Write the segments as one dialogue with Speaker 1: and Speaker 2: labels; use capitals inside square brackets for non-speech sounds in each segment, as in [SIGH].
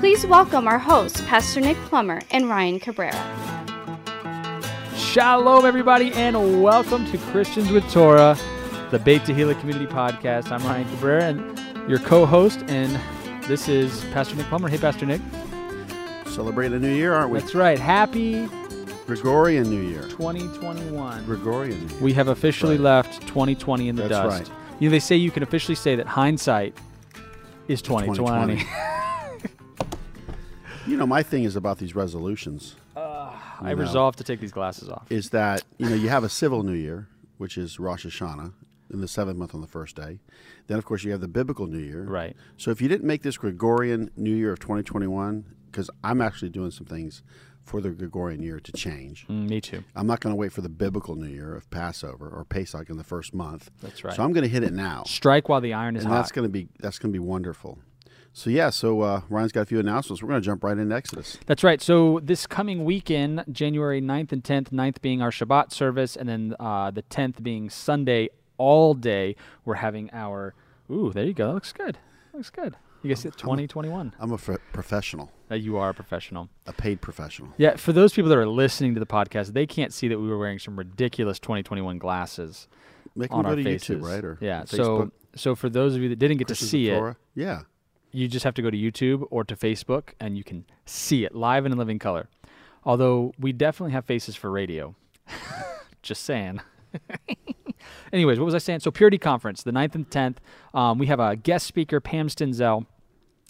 Speaker 1: Please welcome our hosts, Pastor Nick Plummer and Ryan Cabrera.
Speaker 2: Shalom, everybody, and welcome to Christians with Torah, the Beit Tehillah Community Podcast. I'm Ryan Cabrera, and your co-host, and this is Pastor Nick Plummer. Hey, Pastor Nick.
Speaker 3: Celebrate the new year, aren't we?
Speaker 2: That's right. Happy
Speaker 3: Gregorian New Year.
Speaker 2: 2021.
Speaker 3: Gregorian New Year.
Speaker 2: We have officially
Speaker 3: Right.
Speaker 2: left 2020 in the
Speaker 3: That's
Speaker 2: dust.
Speaker 3: right.
Speaker 2: You know, they say you can officially say that hindsight is 2020. [LAUGHS]
Speaker 3: 2020. [LAUGHS] You know, my thing is about these resolutions Ah,
Speaker 2: I resolved to take these glasses off.
Speaker 3: is that, you know, you have a civil New Year, which is Rosh Hashanah, in the seventh month on the first day. Then, of course, you have the biblical New Year.
Speaker 2: Right.
Speaker 3: So if you didn't make this Gregorian New Year of 2021, because I'm actually doing some things for the Gregorian year to change.
Speaker 2: Mm, me too.
Speaker 3: I'm not going to wait for the biblical New Year of Passover or Pesach in the first month.
Speaker 2: That's right.
Speaker 3: So I'm going to hit it now.
Speaker 2: Strike while the iron is
Speaker 3: and
Speaker 2: hot.
Speaker 3: that's going to be that's going to be wonderful. So yeah, so uh, Ryan's got a few announcements. We're going to jump right into Exodus.
Speaker 2: That's right. So this coming weekend, January 9th and 10th, 9th being our Shabbat service, and then uh, the 10th being Sunday all day, we're having our. Ooh, there you go. That looks good. Looks good. You guys get 2021.
Speaker 3: I'm a f- professional,
Speaker 2: Uh, you are a professional.
Speaker 3: a paid professional.
Speaker 2: Yeah, for those people that are listening to the podcast, they can't see that we were wearing some ridiculous 2021 glasses
Speaker 3: Make them
Speaker 2: on
Speaker 3: go
Speaker 2: our
Speaker 3: to
Speaker 2: faces.
Speaker 3: YouTube, right? Or
Speaker 2: yeah.
Speaker 3: Facebook,
Speaker 2: So, so for those of you that didn't get to
Speaker 3: Christians
Speaker 2: see
Speaker 3: with
Speaker 2: it,
Speaker 3: Torah. Yeah,
Speaker 2: you just have to go to YouTube or to Facebook and you can see it live and in living color. Although we definitely have faces for radio. [LAUGHS] just saying. [LAUGHS] Anyways, what was I saying? So, Purity Conference, the 9th and 10th. Um, we have a guest speaker, Pam Stenzel.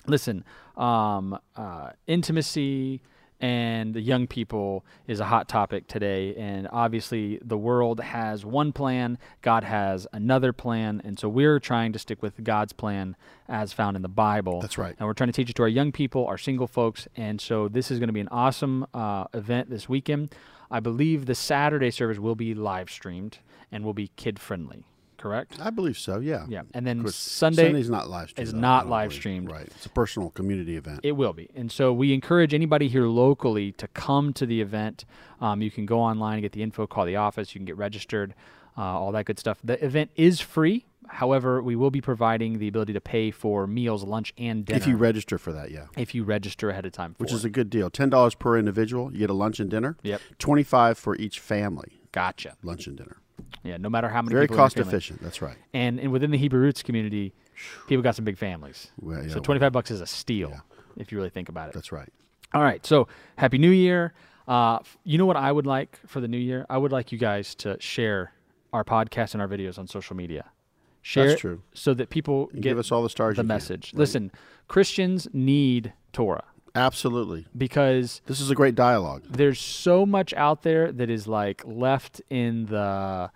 Speaker 2: Listen, um, uh, intimacy and the young people is a hot topic today. And obviously, the world has one plan, God has another plan. And so, we're trying to stick with God's plan as found in the Bible.
Speaker 3: That's right.
Speaker 2: And we're trying to teach it to our young people, our single folks. And so, this is going to be an awesome uh, event this weekend. I believe the Saturday service will be live streamed and will be kid friendly, correct?
Speaker 3: I believe so. Yeah,
Speaker 2: Yeah. And then
Speaker 3: Of course,
Speaker 2: Sunday
Speaker 3: Sunday's not live streamed.
Speaker 2: is
Speaker 3: though, I
Speaker 2: not
Speaker 3: don't
Speaker 2: live
Speaker 3: believe.
Speaker 2: streamed.
Speaker 3: Right, it's a personal community event.
Speaker 2: It will be. And so we encourage anybody here locally to come to the event. Um, you can go online and get the info, call the office, you can get registered, uh, all that good stuff. The event is free. However, we will be providing the ability to pay for meals, lunch, and dinner
Speaker 3: if you register for that, yeah,
Speaker 2: if you register ahead of time. For
Speaker 3: which
Speaker 2: it.
Speaker 3: is a good deal. Ten dollars per individual. You get a lunch and dinner.
Speaker 2: Yep.
Speaker 3: Twenty-five for each family.
Speaker 2: gotcha.
Speaker 3: Lunch and dinner.
Speaker 2: Yeah, no matter how many
Speaker 3: Very
Speaker 2: people in your
Speaker 3: cost
Speaker 2: family.
Speaker 3: efficient. That's right.
Speaker 2: And, and within the Hebrew Roots community, people got some big families.
Speaker 3: Well, yeah,
Speaker 2: so
Speaker 3: well,
Speaker 2: 25 bucks is a steal if you really think about it.
Speaker 3: That's right.
Speaker 2: All right. So happy New Year. Uh, f- you know what I would like for the New Year? I would like you guys to share our podcast and our videos on social media. Share it
Speaker 3: That's true.
Speaker 2: so that people
Speaker 3: You
Speaker 2: get
Speaker 3: give us all the stars.
Speaker 2: the
Speaker 3: you can.
Speaker 2: message. Listen, Christians need Torah
Speaker 3: Absolutely.
Speaker 2: because
Speaker 3: This is a great dialogue.
Speaker 2: there's so much out there that is like left in the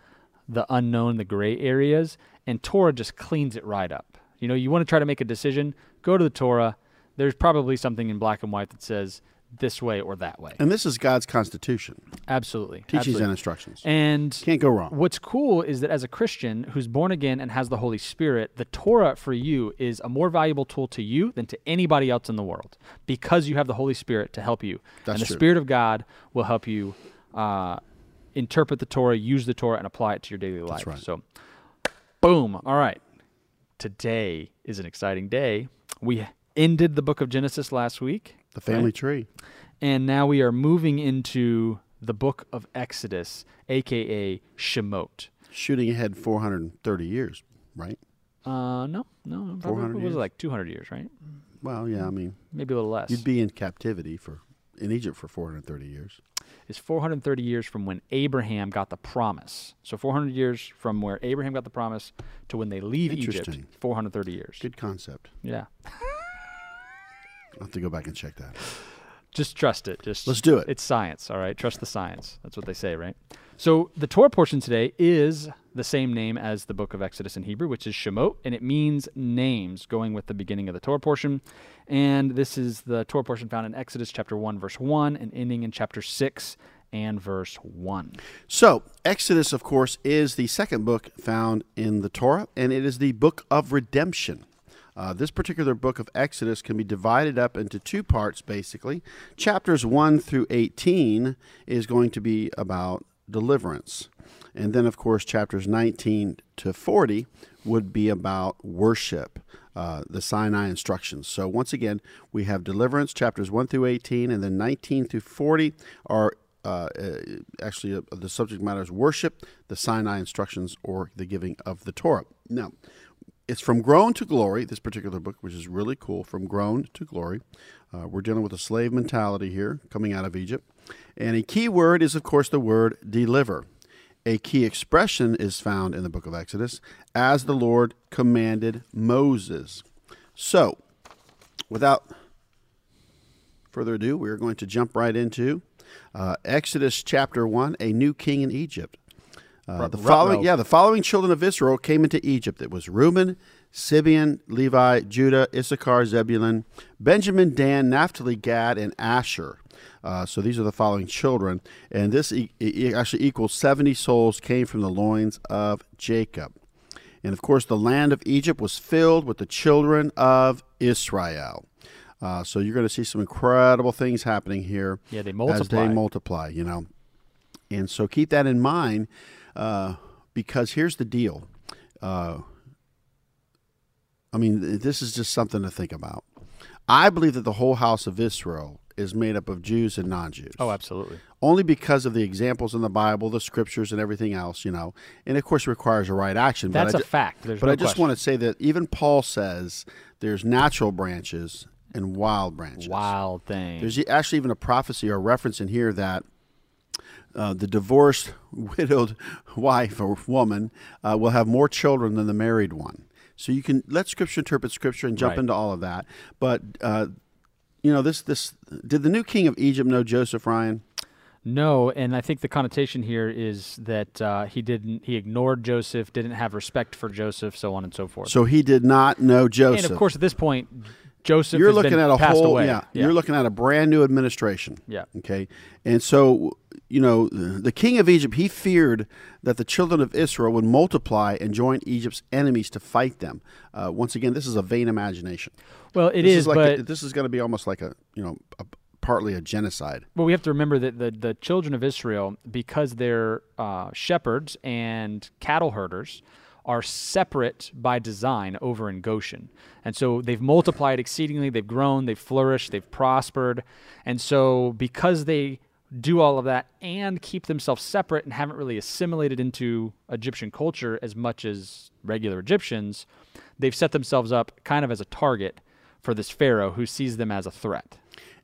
Speaker 2: the unknown, the gray areas, and Torah just cleans it right up. You know, you want to try to make a decision, go to the Torah. There's probably something in black and white that says this way or that way.
Speaker 3: And this is God's constitution,
Speaker 2: Absolutely.
Speaker 3: teachings
Speaker 2: absolutely.
Speaker 3: and instructions.
Speaker 2: And
Speaker 3: Can't go wrong.
Speaker 2: what's cool is that as a Christian who's born again and has the Holy Spirit, the Torah for you is a more valuable tool to you than to anybody else in the world because you have the Holy Spirit to help you.
Speaker 3: That's
Speaker 2: and the
Speaker 3: true.
Speaker 2: Spirit of God will help you uh, interpret the Torah, use the Torah, and apply it to your daily life.
Speaker 3: right.
Speaker 2: So, boom. All right. Today is an exciting day. We ended the book of Genesis last week.
Speaker 3: The family tree.
Speaker 2: And now we are moving into the book of Exodus, aka Shemot.
Speaker 3: Shooting ahead 430 years, right?
Speaker 2: Uh, no, no, probably
Speaker 3: 400
Speaker 2: what was
Speaker 3: years?
Speaker 2: it like 200 years, right?
Speaker 3: Well, yeah, I mean,
Speaker 2: Maybe a little less.
Speaker 3: you'd be in captivity for in Egypt for 430 years.
Speaker 2: it's 430 years from when Abraham got the promise. So 400 years from where Abraham got the promise to when they leave Egypt.
Speaker 3: Interesting.
Speaker 2: 430 years.
Speaker 3: Good concept.
Speaker 2: Yeah.
Speaker 3: I'll have to go back and check that.
Speaker 2: Just trust it. Just
Speaker 3: Let's do it.
Speaker 2: It's science, all right? Trust the science. That's what they say, right? So the Torah portion today is the same name as the book of Exodus in Hebrew, which is Shemot, and it means names, going with the beginning of the Torah portion. And this is the Torah portion found in Exodus chapter 1, verse 1, and ending in chapter 6 and verse 1.
Speaker 3: So, Exodus, of course, is the second book found in the Torah, and it is the book of redemption. Uh, this particular book of Exodus can be divided up into two parts, basically. Chapters 1 through 18 is going to be about deliverance. And then, of course, chapters 19 to 40 would be about worship, uh, the Sinai instructions. So, once again, we have deliverance, chapters 1 through 18, and then 19 through 40 are uh, uh, actually uh, the subject matter is worship, the Sinai instructions, or the giving of the Torah. Now, it's from groan to glory. This particular book, which is really cool, from groan to glory. Uh, we're dealing with a slave mentality here, coming out of Egypt, and a key word is, of course, the word deliver. A key expression is found in the book of Exodus, as the Lord commanded Moses. So, without further ado, we are going to jump right into uh, Exodus chapter one, a new king in Egypt. Uh, the following,
Speaker 2: ruh-roh.
Speaker 3: yeah, the following children of Israel came into Egypt. It was Reuben, Simeon, Levi, Judah, Issachar, Zebulun, Benjamin, Dan, Naphtali, Gad, and Asher. Uh, so these are the following children, and this e- e- actually equals seventy souls came from the loins of Jacob. And of course, the land of Egypt was filled with the children of Israel. Uh, so you're going to see some incredible things happening here.
Speaker 2: Yeah, they
Speaker 3: As they
Speaker 2: multiply.
Speaker 3: multiply, you know. And so keep that in mind uh, because here's the deal. Uh, I mean, th- this is just something to think about. I believe that the whole house of Israel is made up of Jews and non Jews
Speaker 2: Oh, absolutely.
Speaker 3: only because of the examples in the Bible, the scriptures, and everything else, you know. And of course, it requires a right action.
Speaker 2: That's a
Speaker 3: but I ju-
Speaker 2: fact. There's
Speaker 3: but
Speaker 2: no
Speaker 3: I just
Speaker 2: question.
Speaker 3: want to say that even Paul says there's natural branches and wild branches.
Speaker 2: Wild thing.
Speaker 3: There's e- actually even a prophecy or reference in here that uh, the divorced, [LAUGHS] widowed wife or woman uh, will have more children than the married one. So you can let Scripture interpret Scripture and jump
Speaker 2: Right.
Speaker 3: into all of that. But uh, you know, this this did the new king of Egypt know Joseph Ryan?
Speaker 2: No, and I think the connotation here is that uh, he didn't, he ignored Joseph, didn't have respect for Joseph, so on and so forth.
Speaker 3: So he did not know Joseph.
Speaker 2: and of course, at this point, Joseph
Speaker 3: you're
Speaker 2: has
Speaker 3: looking
Speaker 2: been
Speaker 3: at a
Speaker 2: passed
Speaker 3: whole
Speaker 2: away.
Speaker 3: Yeah, you're looking at a brand new administration.
Speaker 2: Yeah.
Speaker 3: Okay. And so, you know, the king of Egypt he feared that the children of Israel would multiply and join Egypt's enemies to fight them. Uh, once again, this is a vain imagination.
Speaker 2: well, it
Speaker 3: this
Speaker 2: is,
Speaker 3: is like
Speaker 2: but
Speaker 3: a- this is going to be almost like a you know a, partly a genocide.
Speaker 2: Well, we have to remember that the, the children of Israel, because they're uh, shepherds and cattle herders, are separate by design over in Goshen. And so they've multiplied exceedingly, they've grown, they've flourished, they've prospered. And so because they do all of that and keep themselves separate and haven't really assimilated into Egyptian culture as much as regular Egyptians, they've set themselves up kind of as a target for this Pharaoh who sees them as a threat.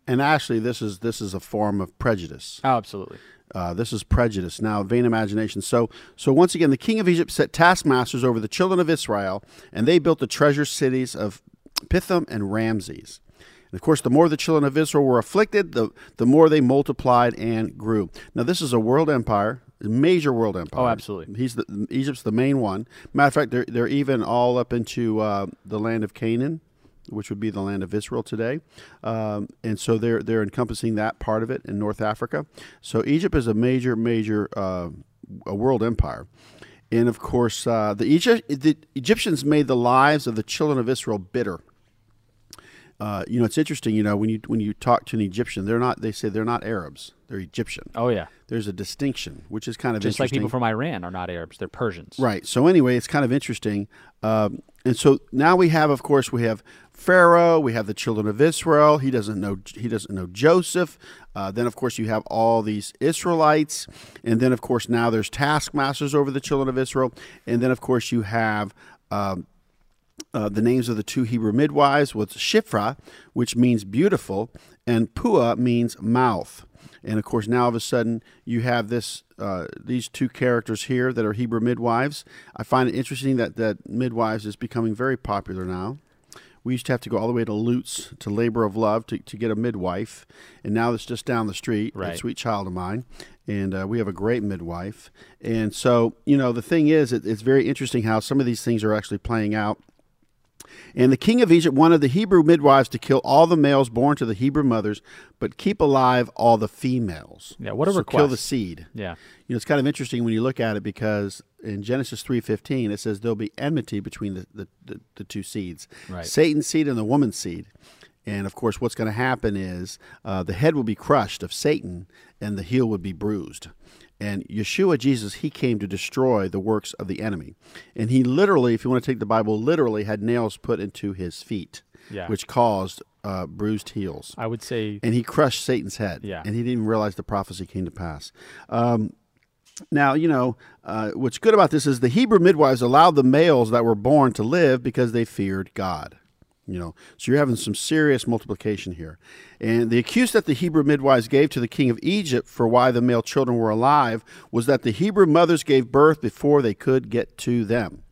Speaker 3: And actually, this is this is a form of prejudice.
Speaker 2: Oh, absolutely.
Speaker 3: Uh, this is prejudice. Now, vain imagination. So, so once again, the king of Egypt set taskmasters over the children of Israel, and they built the treasure cities of Pithom and Ramses. And of course, the more the children of Israel were afflicted, the the more they multiplied and grew. Now, this is a world empire, a major world empire.
Speaker 2: Oh, absolutely.
Speaker 3: He's the, Egypt's the main one. Matter of fact, they're they're even all up into uh, the land of Canaan which would be the land of Israel today. Um, and so they're they're encompassing that part of it in North Africa. So Egypt is a major major uh, a world empire. And of course, uh, the, Egypt, the Egyptians made the lives of the children of Israel bitter. Uh, you know, it's interesting. You know, when you when you talk to an Egyptian, they're not. They say they're not Arabs. They're Egyptian.
Speaker 2: Oh, yeah.
Speaker 3: There's a distinction, which is kind of
Speaker 2: Just like
Speaker 3: interesting.
Speaker 2: people from Iran are not Arabs; they're Persians.
Speaker 3: Right. So anyway, it's kind of interesting. Um, and so now we have, of course, we have Pharaoh. We have the children of Israel. He doesn't know. He doesn't know Joseph. Uh, then, of course, you have all these Israelites, and then, of course, now there's taskmasters over the children of Israel, and then, of course, you have. Um, uh, the names of the two Hebrew midwives was Shifra, which means beautiful, and Pua means mouth. And of course, now of a sudden, you have this uh, these two characters here that are Hebrew midwives. I find it interesting that that midwives is becoming very popular now. we used to have to go all the way to Lutz to Labor of Love to, to get a midwife. And now it's just down the street,
Speaker 2: Right.
Speaker 3: a sweet child of mine. And uh, we have a great midwife. And so, you know, the thing is, it, it's very interesting how some of these things are actually playing out. And the king of Egypt wanted the Hebrew midwives to kill all the males born to the Hebrew mothers, but keep alive all the females.
Speaker 2: Yeah, what a
Speaker 3: so Kill the
Speaker 2: request.
Speaker 3: seed.
Speaker 2: Yeah.
Speaker 3: You know, it's kind of interesting when you look at it because in Genesis three fifteen it says there'll be enmity between the, the, the, the two seeds,
Speaker 2: Right.
Speaker 3: Satan's seed and the woman's seed. And of course, what's going to happen is uh, the head will be crushed of Satan, and the heel would be bruised. And Yeshua, Jesus, he came to destroy the works of the enemy, and he literally, if you want to take the Bible literally, had nails put into his feet,
Speaker 2: Yeah.
Speaker 3: which caused uh, bruised heels
Speaker 2: I would say
Speaker 3: and he crushed Satan's head.
Speaker 2: Yeah.
Speaker 3: And he didn't even realize the prophecy came to pass. Um, now, you know, uh, what's good about this is the Hebrew midwives allowed the males that were born to live because they feared God. You know, so you're having some serious multiplication here. And the excuse that the Hebrew midwives gave to the king of Egypt for why the male children were alive was that the Hebrew mothers gave birth before they could get to them.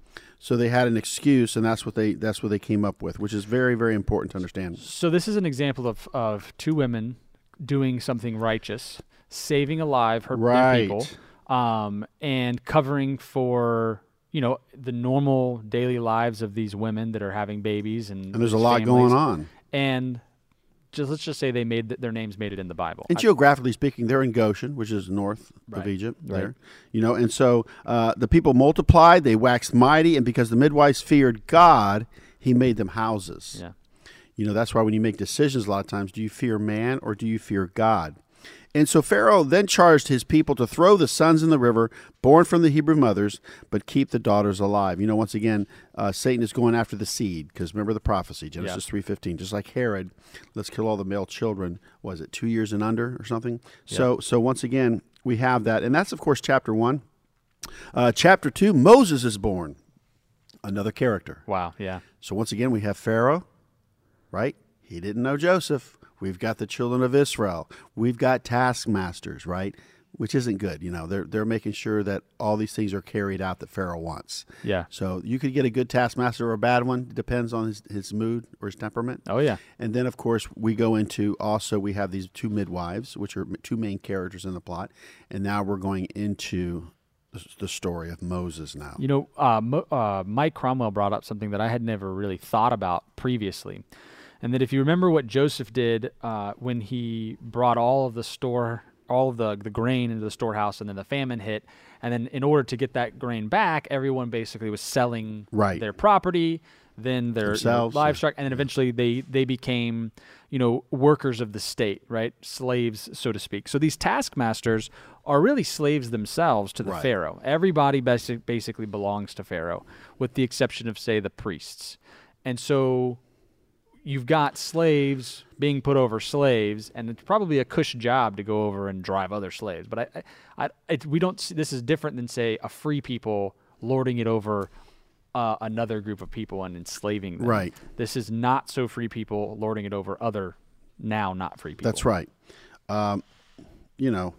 Speaker 3: So they had an excuse, and that's what they that's what they came up with, which is very very important to understand.
Speaker 2: So this is an example of, of two women doing something righteous, saving alive her their
Speaker 3: Right.
Speaker 2: people, um, and covering for you know the normal daily lives of these women that are having babies and
Speaker 3: And there's a lot going
Speaker 2: families.
Speaker 3: on.
Speaker 2: And just let's just say they made th- their names made it in the Bible.
Speaker 3: And geographically speaking, they're in Goshen, which is north
Speaker 2: Right,
Speaker 3: of Egypt.
Speaker 2: right.
Speaker 3: There, you know, and so uh, the people multiplied; they waxed mighty, and because the midwives feared God, He made them houses.
Speaker 2: yeah,
Speaker 3: You know, that's why when you make decisions, a lot of times, do you fear man or do you fear God? And so Pharaoh then charged his people to throw the sons in the river, born from the Hebrew mothers, but keep the daughters alive. You know, once again, uh, Satan is going after the seed because remember the prophecy, Genesis three fifteen. Just like Herod, let's kill all the male children. Was it two years and under or something? So, so once again, we have that, and that's of course chapter one. Uh, chapter two, Moses is born, another character.
Speaker 2: wow, yeah,
Speaker 3: So once again, we have Pharaoh, right? He didn't know Joseph. We've got the children of Israel. We've got taskmasters, right? Which isn't good. You know, they're they're making sure that all these things are carried out that Pharaoh wants.
Speaker 2: yeah,
Speaker 3: So you could get a good taskmaster or a bad one. Depends on his, his mood or his temperament.
Speaker 2: oh yeah,
Speaker 3: And then, of course, we go into also we have these two midwives, which are m- two main characters in the plot, and now we're going into the- the story of Moses now.
Speaker 2: You know, uh, Mo- uh, Mike Cromwell brought up something that I had never really thought about previously. And that if you remember what Joseph did uh, when he brought all of the store, all of the, the grain into the storehouse, and then the famine hit. And then, in order to get that grain back, everyone basically was selling
Speaker 3: Right.
Speaker 2: their property, then their you know,
Speaker 3: Themselves, yeah.
Speaker 2: livestock, and then eventually they, they became, you know, workers of the state, right? Slaves, so to speak. So these taskmasters are really slaves themselves to the
Speaker 3: Right.
Speaker 2: Pharaoh. Pharaoh. Everybody basi- basically belongs to Pharaoh, with the exception of, say, the priests. And so you've got slaves being put over slaves, and it's probably a cush job to go over and drive other slaves. But I, I, I it, we don't. See, this is different than, say, a free people lording it over. Uh, another group of people and enslaving them.
Speaker 3: Right.
Speaker 2: This is not so free people lording it over other now not free people.
Speaker 3: That's right. Um, you know,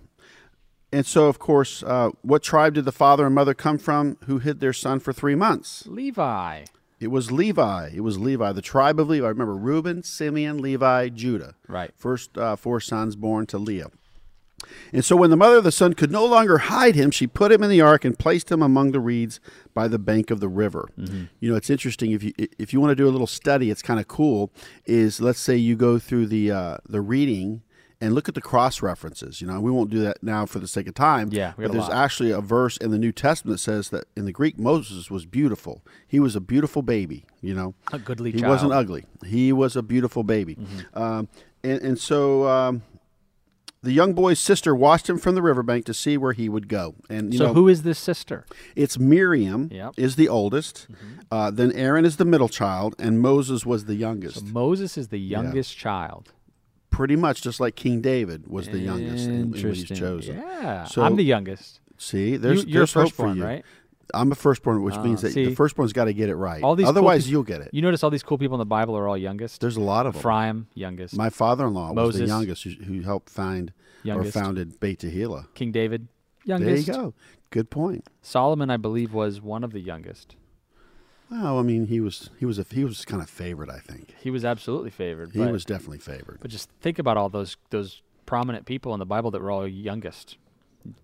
Speaker 3: and so of course, uh, what tribe did the father and mother come from who hid their son for three months?
Speaker 2: Levi.
Speaker 3: It was Levi. It was Levi, the tribe of Levi. Remember, Reuben, Simeon, Levi, Judah.
Speaker 2: Right.
Speaker 3: First uh, four sons born to Leah. And so when the mother of the son could no longer hide him, she put him in the ark and placed him among the reeds by the bank of the river.
Speaker 2: Mm-hmm.
Speaker 3: You know, it's interesting if you if you want to do a little study, it's kind of cool. Is let's say you go through the uh, the reading and look at the cross references. You know, we won't do that now for the sake of time.
Speaker 2: Yeah, we got
Speaker 3: but
Speaker 2: a
Speaker 3: there's
Speaker 2: lot.
Speaker 3: actually a verse in the New Testament that says that in the Greek Moses was beautiful. He was a beautiful baby. You know,
Speaker 2: A goodly
Speaker 3: he
Speaker 2: child. Mm-hmm.
Speaker 3: wasn't ugly. He was a beautiful baby. Um, and, and so um, the young boy's sister watched him from the riverbank to see where he would go. And you
Speaker 2: so
Speaker 3: know,
Speaker 2: who is this sister?
Speaker 3: it's Miriam
Speaker 2: Yep. Mm-hmm.
Speaker 3: is the oldest. Uh, then Aaron is the middle child, and Moses was the youngest.
Speaker 2: Moses is the youngest child.
Speaker 3: Pretty much just like King David was the youngest in- in when he's
Speaker 2: Interesting.
Speaker 3: chosen.
Speaker 2: Yeah.
Speaker 3: So-
Speaker 2: I'm the youngest.
Speaker 3: See, there's
Speaker 2: you're
Speaker 3: there's hope for
Speaker 2: firstborn,
Speaker 3: you.
Speaker 2: right? Ah,
Speaker 3: I'm a firstborn, which means that
Speaker 2: see.
Speaker 3: the firstborn's got to get it right.
Speaker 2: All these cool
Speaker 3: Otherwise,
Speaker 2: peop-
Speaker 3: you'll get it.
Speaker 2: You notice all these cool people in the Bible are all youngest.
Speaker 3: There's a lot of them.
Speaker 2: Ephraim, youngest.
Speaker 3: My father-in-law was the
Speaker 2: Moses.
Speaker 3: youngest who, who helped find
Speaker 2: Youngest.
Speaker 3: or founded Beit Tehillah.
Speaker 2: King David,
Speaker 3: There you
Speaker 2: youngest.
Speaker 3: go. Good point.
Speaker 2: Solomon, I believe, was one of the youngest.
Speaker 3: Well, I mean, he was he was a he was kind of favored. I think
Speaker 2: He was absolutely favored.
Speaker 3: he
Speaker 2: but,
Speaker 3: was definitely favored.
Speaker 2: but just think about all those those prominent people in the Bible that were all youngest.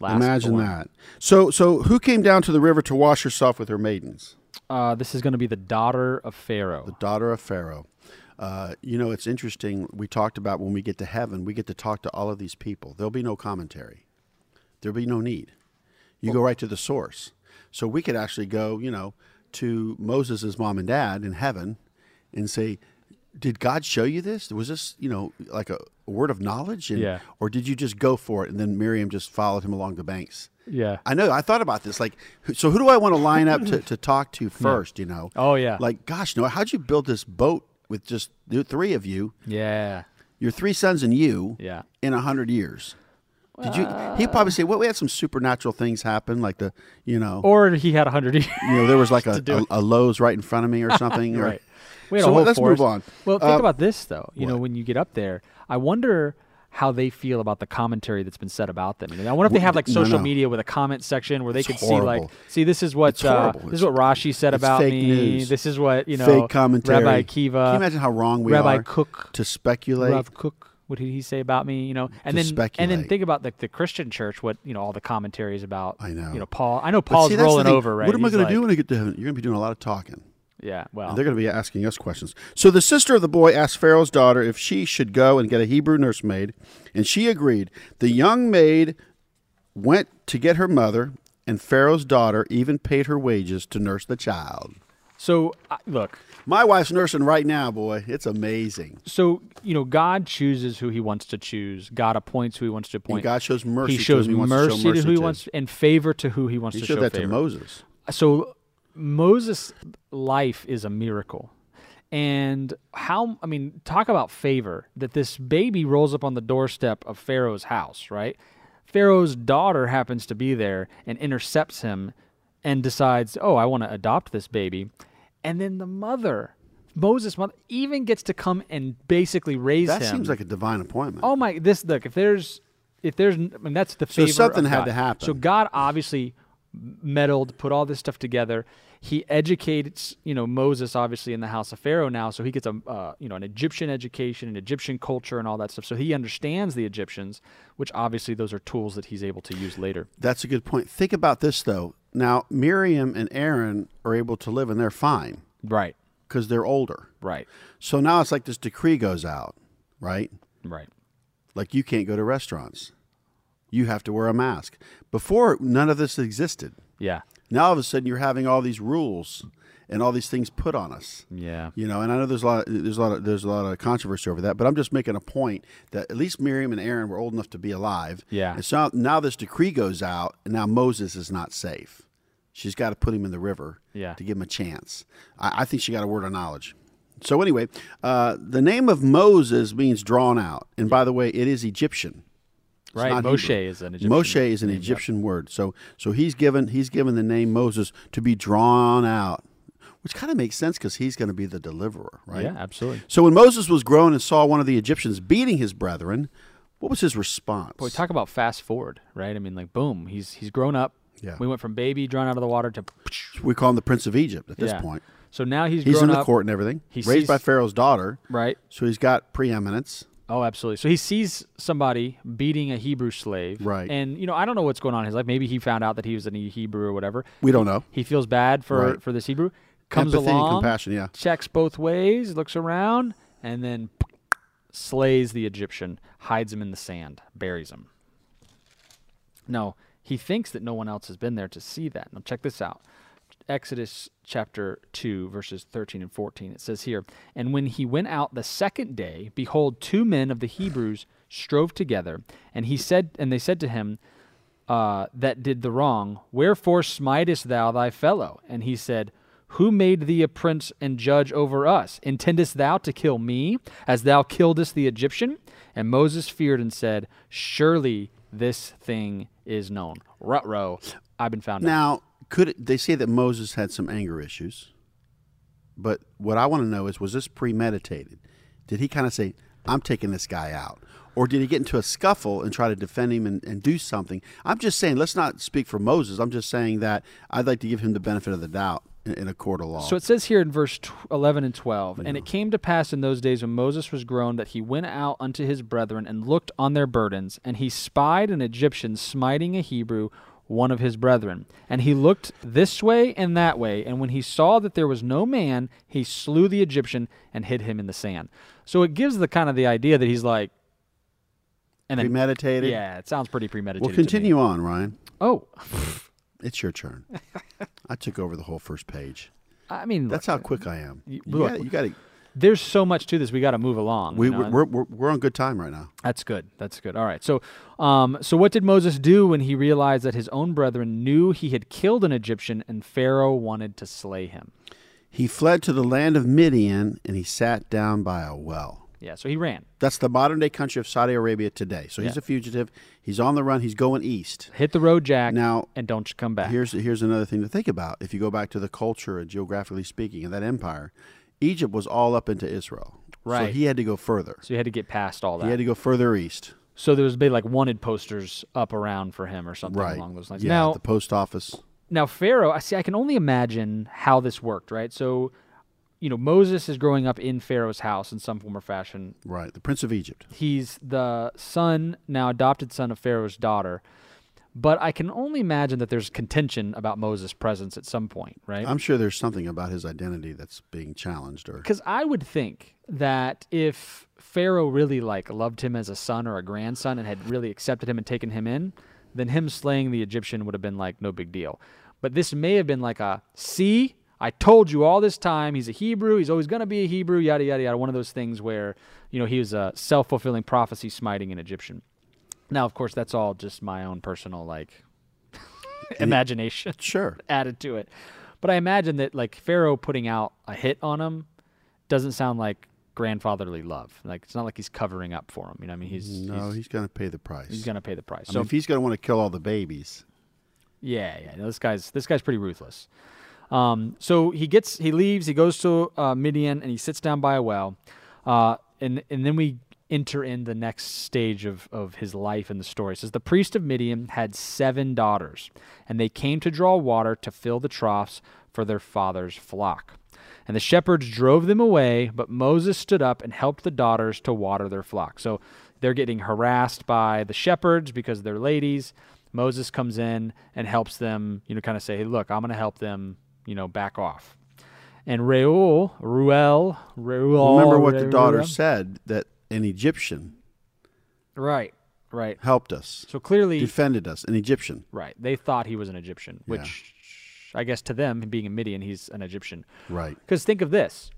Speaker 2: Last
Speaker 3: Imagine
Speaker 2: born.
Speaker 3: that. So so who came down to the river to wash herself with her maidens?
Speaker 2: Uh, this is going to be the daughter of Pharaoh.
Speaker 3: the daughter of Pharaoh. Uh, you know, it's interesting. We talked about when we get to heaven, we get to talk to all of these people. There'll be no commentary, there'll be no need. You go right to the source. So we could actually go, you know, to Moses' mom and dad in heaven and say, did God show you this? Was this, you know, like a word of knowledge? And,
Speaker 2: Yeah.
Speaker 3: Or did you just go for it? And then Miriam just followed him along the banks.
Speaker 2: yeah.
Speaker 3: I know. I thought about this. Like, who- so who do I want to line up
Speaker 2: [LAUGHS]
Speaker 3: to, to talk to first? You know.
Speaker 2: Oh, yeah.
Speaker 3: Like, gosh, no. How'd you build this boat with just the three of you,
Speaker 2: yeah.
Speaker 3: your three sons and you,
Speaker 2: Yeah.
Speaker 3: in a hundred years? Did you? He probably say, "Well, we had some supernatural things happen, like the, you know,
Speaker 2: Or he had a hundred years.
Speaker 3: you know, there was like a, a, a Lowe's right in front of
Speaker 2: [LAUGHS]
Speaker 3: me or something." or-
Speaker 2: right. [LAUGHS] We had
Speaker 3: So
Speaker 2: a whole
Speaker 3: let's move
Speaker 2: forest.
Speaker 3: on. Uh,
Speaker 2: Well, think about this though. You know, when you get up there, I wonder how they feel about the commentary that's been said about them. And I wonder if they have like
Speaker 3: no,
Speaker 2: social
Speaker 3: no.
Speaker 2: media with a comment section where they
Speaker 3: It's
Speaker 2: could see
Speaker 3: horrible.
Speaker 2: like, see, this is what
Speaker 3: It's
Speaker 2: uh,
Speaker 3: horrible.
Speaker 2: this is what Rashi said
Speaker 3: it's
Speaker 2: about
Speaker 3: fake
Speaker 2: me.
Speaker 3: news.
Speaker 2: This is what you know,
Speaker 3: Fake commentary.
Speaker 2: Rabbi
Speaker 3: Can you
Speaker 2: Kiva,
Speaker 3: imagine how wrong we
Speaker 2: Rabbi
Speaker 3: are
Speaker 2: Cook,
Speaker 3: to speculate?
Speaker 2: Rav Cook. What did he say about me? You know, and
Speaker 3: To
Speaker 2: then and
Speaker 3: speculate.
Speaker 2: then think about the, the Christian church. What you know, all the commentaries about.
Speaker 3: I know.
Speaker 2: You know, Paul. I know
Speaker 3: But
Speaker 2: Paul's
Speaker 3: see, that's the
Speaker 2: rolling
Speaker 3: thing.
Speaker 2: over, right?
Speaker 3: What am I
Speaker 2: He's
Speaker 3: going to do
Speaker 2: like-
Speaker 3: when I get to heaven? You're going to be doing a lot of talking.
Speaker 2: Yeah. Well,
Speaker 3: And Oh. they're going to be asking us questions. So the sister of the boy asked Pharaoh's daughter if she should go and get a Hebrew nursemaid, and she agreed. The young maid went to get her mother, and Pharaoh's daughter even paid her wages to nurse the child.
Speaker 2: so I look.
Speaker 3: My wife's nursing right now, boy. It's amazing.
Speaker 2: so you know god chooses who he wants to choose god appoints who he wants to appoint
Speaker 3: God shows mercy
Speaker 2: he
Speaker 3: to
Speaker 2: shows
Speaker 3: whom he wants to show
Speaker 2: mercy to
Speaker 3: mercy
Speaker 2: who he
Speaker 3: to.
Speaker 2: wants and favor to who he wants
Speaker 3: He
Speaker 2: to
Speaker 3: showed
Speaker 2: show
Speaker 3: that to
Speaker 2: favor
Speaker 3: Moses.
Speaker 2: so moses life is a miracle and how i mean talk about favor that this baby rolls up on the doorstep of pharaoh's house right pharaoh's daughter happens to be there and intercepts him and decides oh i want to adopt this baby and then the mother moses mother even gets to come and basically raise
Speaker 3: That
Speaker 2: him
Speaker 3: seems like a divine appointment.
Speaker 2: oh my this look if there's if there's I mean that's the favor
Speaker 3: something
Speaker 2: of
Speaker 3: had
Speaker 2: God.
Speaker 3: to happen.
Speaker 2: So God obviously meddled, put all this stuff together. He educates, you know, Moses obviously in the house of Pharaoh now, so he gets a uh, you know an Egyptian education, an Egyptian culture, and all that stuff. So he understands the Egyptians, which obviously those are tools that he's able to use later.
Speaker 3: That's a good point. Think about this though. Now Miriam and Aaron are able to live, and they're fine
Speaker 2: Right,
Speaker 3: because they're older.
Speaker 2: right,
Speaker 3: So now it's like this decree goes out, right?
Speaker 2: right.
Speaker 3: Like you can't go to restaurants. You have to wear a mask. Before none of this existed.
Speaker 2: Yeah,
Speaker 3: Now all of a sudden you're having all these rules and all these things put on us.
Speaker 2: yeah,
Speaker 3: You know, and I know there's a lot there's a lot of there's a lot of controversy over that, but I'm just making a point that at least Miriam and Aaron were old enough to be alive.
Speaker 2: Yeah.
Speaker 3: And so now this decree goes out and now Moses is not safe. She's got to put him in the river
Speaker 2: Yeah.
Speaker 3: to give him a chance. I, I think she got a word of knowledge. So anyway, uh, the name of Moses means drawn out. And by the way, it is Egyptian. It's
Speaker 2: Right,
Speaker 3: not
Speaker 2: Moshe
Speaker 3: Hebrew.
Speaker 2: is an Egyptian
Speaker 3: Moshe is an Egyptian word. So so he's given he's given the name Moses to be drawn out, which kind of makes sense because he's going to be the deliverer, right?
Speaker 2: yeah, absolutely.
Speaker 3: So when Moses was grown and saw one of the Egyptians beating his brethren, what was his response?
Speaker 2: Boy, talk about fast forward, right? I mean, like boom, he's he's grown up.
Speaker 3: Yeah.
Speaker 2: we went from baby drawn out of the water to
Speaker 3: we call him the prince of Egypt at this
Speaker 2: Yeah.
Speaker 3: point.
Speaker 2: So now he's,
Speaker 3: He's
Speaker 2: grown
Speaker 3: in the
Speaker 2: up,
Speaker 3: court and everything.
Speaker 2: He
Speaker 3: raised
Speaker 2: sees-
Speaker 3: by Pharaoh's daughter,
Speaker 2: right?
Speaker 3: so he's got preeminence.
Speaker 2: Oh, absolutely. So he sees somebody beating a Hebrew slave,
Speaker 3: Right.
Speaker 2: And you know, I don't know what's going on in his life. Maybe he found out that he was a Hebrew or whatever.
Speaker 3: We don't know.
Speaker 2: He feels bad for
Speaker 3: Right.
Speaker 2: for this Hebrew. Comes
Speaker 3: Empathy and
Speaker 2: along,
Speaker 3: compassion, yeah.
Speaker 2: Checks both ways, looks around, and then slays the Egyptian, hides him in the sand, buries him. No, he thinks that no one else has been there to see that. Now, check this out Exodus chapter 2, verses 13 and 14. It says here, And when he went out the second day, behold, two men of the Hebrews strove together, and he said, and they said to him, uh, that did the wrong, wherefore smitest thou thy fellow? And he said, Who made thee a prince and judge over us? Intendest thou to kill me, as thou killedest the Egyptian? And Moses feared and said, Surely this thing is known. Rutro, I've been found out.
Speaker 3: Now, could it, they say that Moses had some anger issues? But what I want to know is, was this premeditated? Did he kind of say, "I'm taking this guy out," or did he get into a scuffle and try to defend him and, and do something? I'm just saying, let's not speak for Moses. I'm just saying that I'd like to give him the benefit of the doubt in, in a court of law.
Speaker 2: So it says here in verse tw- 11 and 12, and it came to pass in those days when Moses was grown that he went out unto his brethren and looked on their burdens, and he spied an Egyptian smiting a Hebrew, one of his brethren. And he looked this way and that way, and when he saw that there was no man, he slew the Egyptian and hid him in the sand. So it gives the kind of the idea that he's like, and then,
Speaker 3: Premeditated.
Speaker 2: yeah, it sounds pretty premeditated.
Speaker 3: Well,
Speaker 2: to me.
Speaker 3: continue on, Ryan.
Speaker 2: Oh,
Speaker 3: It's
Speaker 2: [LAUGHS]
Speaker 3: your turn. I took over the whole first page.
Speaker 2: I mean,
Speaker 3: That's how quick I am. You,
Speaker 2: uh, look,
Speaker 3: gotta- you got to.
Speaker 2: there's so much to this. We got to move along.
Speaker 3: We,
Speaker 2: you know?
Speaker 3: we're, we're, we're, we're on good time right now.
Speaker 2: That's good. That's good. All right. So, um, so what did Moses do when he realized that his own brethren knew he had killed an Egyptian and Pharaoh wanted to slay him?
Speaker 3: He fled to the land of Midian and he sat down by a well.
Speaker 2: Yeah. So he ran,
Speaker 3: That's the modern day country of Saudi Arabia today. So he's
Speaker 2: Yeah.
Speaker 3: a fugitive. He's on the run. He's going east.
Speaker 2: hit the road, Jack.
Speaker 3: Now-
Speaker 2: and don't you come back.
Speaker 3: Here's here's another thing to think about. If you go back to the culture, and geographically speaking, of that empire, Egypt was all up into Israel. So
Speaker 2: Right.
Speaker 3: he had to go further.
Speaker 2: so you had to get past all
Speaker 3: He
Speaker 2: that.
Speaker 3: had to go further east.
Speaker 2: so there was big like wanted posters up around for him or something
Speaker 3: Right.
Speaker 2: along those lines.
Speaker 3: Yeah.
Speaker 2: now,
Speaker 3: the post office.
Speaker 2: now Pharaoh. I see. I can only imagine how this worked, right? So, you know, Moses is growing up in Pharaoh's house in some form or fashion.
Speaker 3: Right. The prince of Egypt.
Speaker 2: he's the son, now adopted son of Pharaoh's daughter. But I can only imagine that there's contention about Moses' presence at some point, right?
Speaker 3: I'm sure there's something about his identity that's being challenged. Or
Speaker 2: Because I would think that if Pharaoh really like loved him as a son or a grandson and had really accepted him and taken him in, then him slaying the Egyptian would have been like no big deal. But this may have been like a see, I told you all this time he's a Hebrew, he's always gonna be a Hebrew, yada yada yada. One of those things where you know he was a self fulfilling prophecy smiting an Egyptian. Now, of course, that's all just my own personal like [LAUGHS] imagination
Speaker 3: sure.
Speaker 2: added to it. But I imagine that like Pharaoh putting out a hit on him doesn't sound like grandfatherly love. Like it's not like he's covering up for him. You know, what I mean, he's
Speaker 3: No,
Speaker 2: he's,
Speaker 3: he's going to pay the price.
Speaker 2: he's gonna pay the price.
Speaker 3: I
Speaker 2: So
Speaker 3: mean, if he's going to want to kill all the babies,
Speaker 2: yeah, yeah, no, this guy's this guy's pretty ruthless. Um, so he gets he leaves. He goes to uh, Midian and he sits down by a well, uh, and and then we enter in the next stage of, of his life in the story. It says the priest of Midian had seven daughters, and they came to draw water to fill the troughs for their father's flock. And the shepherds drove them away, but Moses stood up and helped the daughters to water their flock. So they're getting harassed by the shepherds because they're ladies. Moses comes in and helps them, you know, kind of say, hey, look, I'm going to help them, you know, back off. And Reuel, Ruel, Reuel.
Speaker 3: remember what the daughter
Speaker 2: Reuel-
Speaker 3: said that an Egyptian
Speaker 2: Right, right.
Speaker 3: helped us,
Speaker 2: So clearly,
Speaker 3: defended us, an Egyptian.
Speaker 2: right. They thought he was an Egyptian, which I guess to them, being a Midian, he's an Egyptian.
Speaker 3: Right.
Speaker 2: Because think of this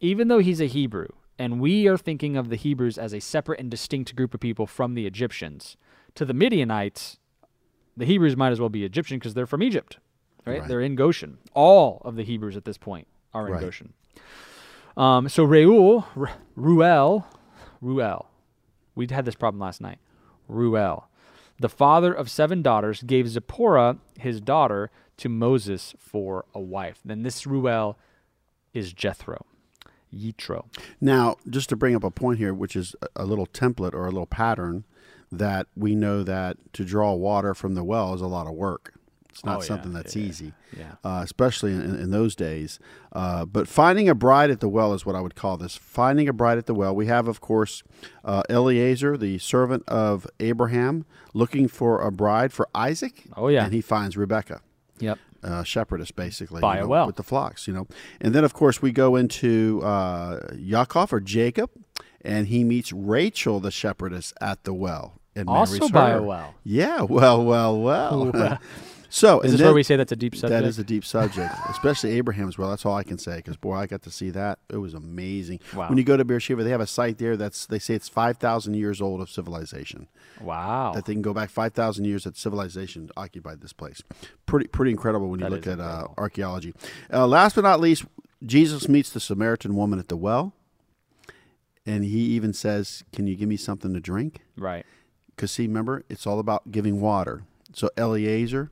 Speaker 2: even though he's a Hebrew, and we are thinking of the Hebrews as a separate and distinct group of people from the Egyptians, to the Midianites, the Hebrews might as well be Egyptian because they're from Egypt, right?
Speaker 3: Right.
Speaker 2: They're in Goshen. All of the Hebrews at this point are in
Speaker 3: Right.
Speaker 2: Goshen. Um, so Reuel, R- Ruel, Ruel, we had this problem last night. Ruel, the father of seven daughters, gave Zipporah, his daughter, to Moses for a wife. Then this Ruel is Jethro, Yitro.
Speaker 3: Now, just to bring up a point here, which is a- a little template or a little pattern that we know that to draw water from the well is a lot of work. It's not
Speaker 2: Oh, yeah,
Speaker 3: something that's
Speaker 2: yeah, yeah,
Speaker 3: easy,
Speaker 2: yeah.
Speaker 3: Uh, especially in, in those days. Uh, but finding a bride at the well is what I would call this. Finding a bride at the well. We have, of course, uh, Eliezer, the servant of Abraham, looking for a bride for Isaac.
Speaker 2: Oh, yeah.
Speaker 3: and he finds Rebecca
Speaker 2: Yep.
Speaker 3: uh, shepherdess, basically,
Speaker 2: By
Speaker 3: you
Speaker 2: a
Speaker 3: know,
Speaker 2: well.
Speaker 3: with the flocks, you know. And then, of course, we go into uh, Yaakov or Jacob, and he meets Rachel, the shepherdess, at the well, and marries
Speaker 2: Also by
Speaker 3: her.
Speaker 2: a well.
Speaker 3: Yeah, [LAUGHS] well, well, well. [LAUGHS] so,
Speaker 2: Is
Speaker 3: and
Speaker 2: this
Speaker 3: then,
Speaker 2: where we say that's a deep subject?
Speaker 3: that is a deep subject, especially Abraham's well. That's all I can say because boy, I got to see that. It was amazing.
Speaker 2: Wow.
Speaker 3: When you go to Beersheba, they have a site there that's they say it's five thousand years old of civilization
Speaker 2: wow.
Speaker 3: that they can go back 5,000 years that civilization occupied this place. Pretty, pretty incredible when you look at uh, archaeology. Uh, last but not least, Jesus meets the Samaritan woman at the well, and he even says, "Can you give me something to drink?"
Speaker 2: right.
Speaker 3: Because see, remember, it's all about giving water. So Eliezer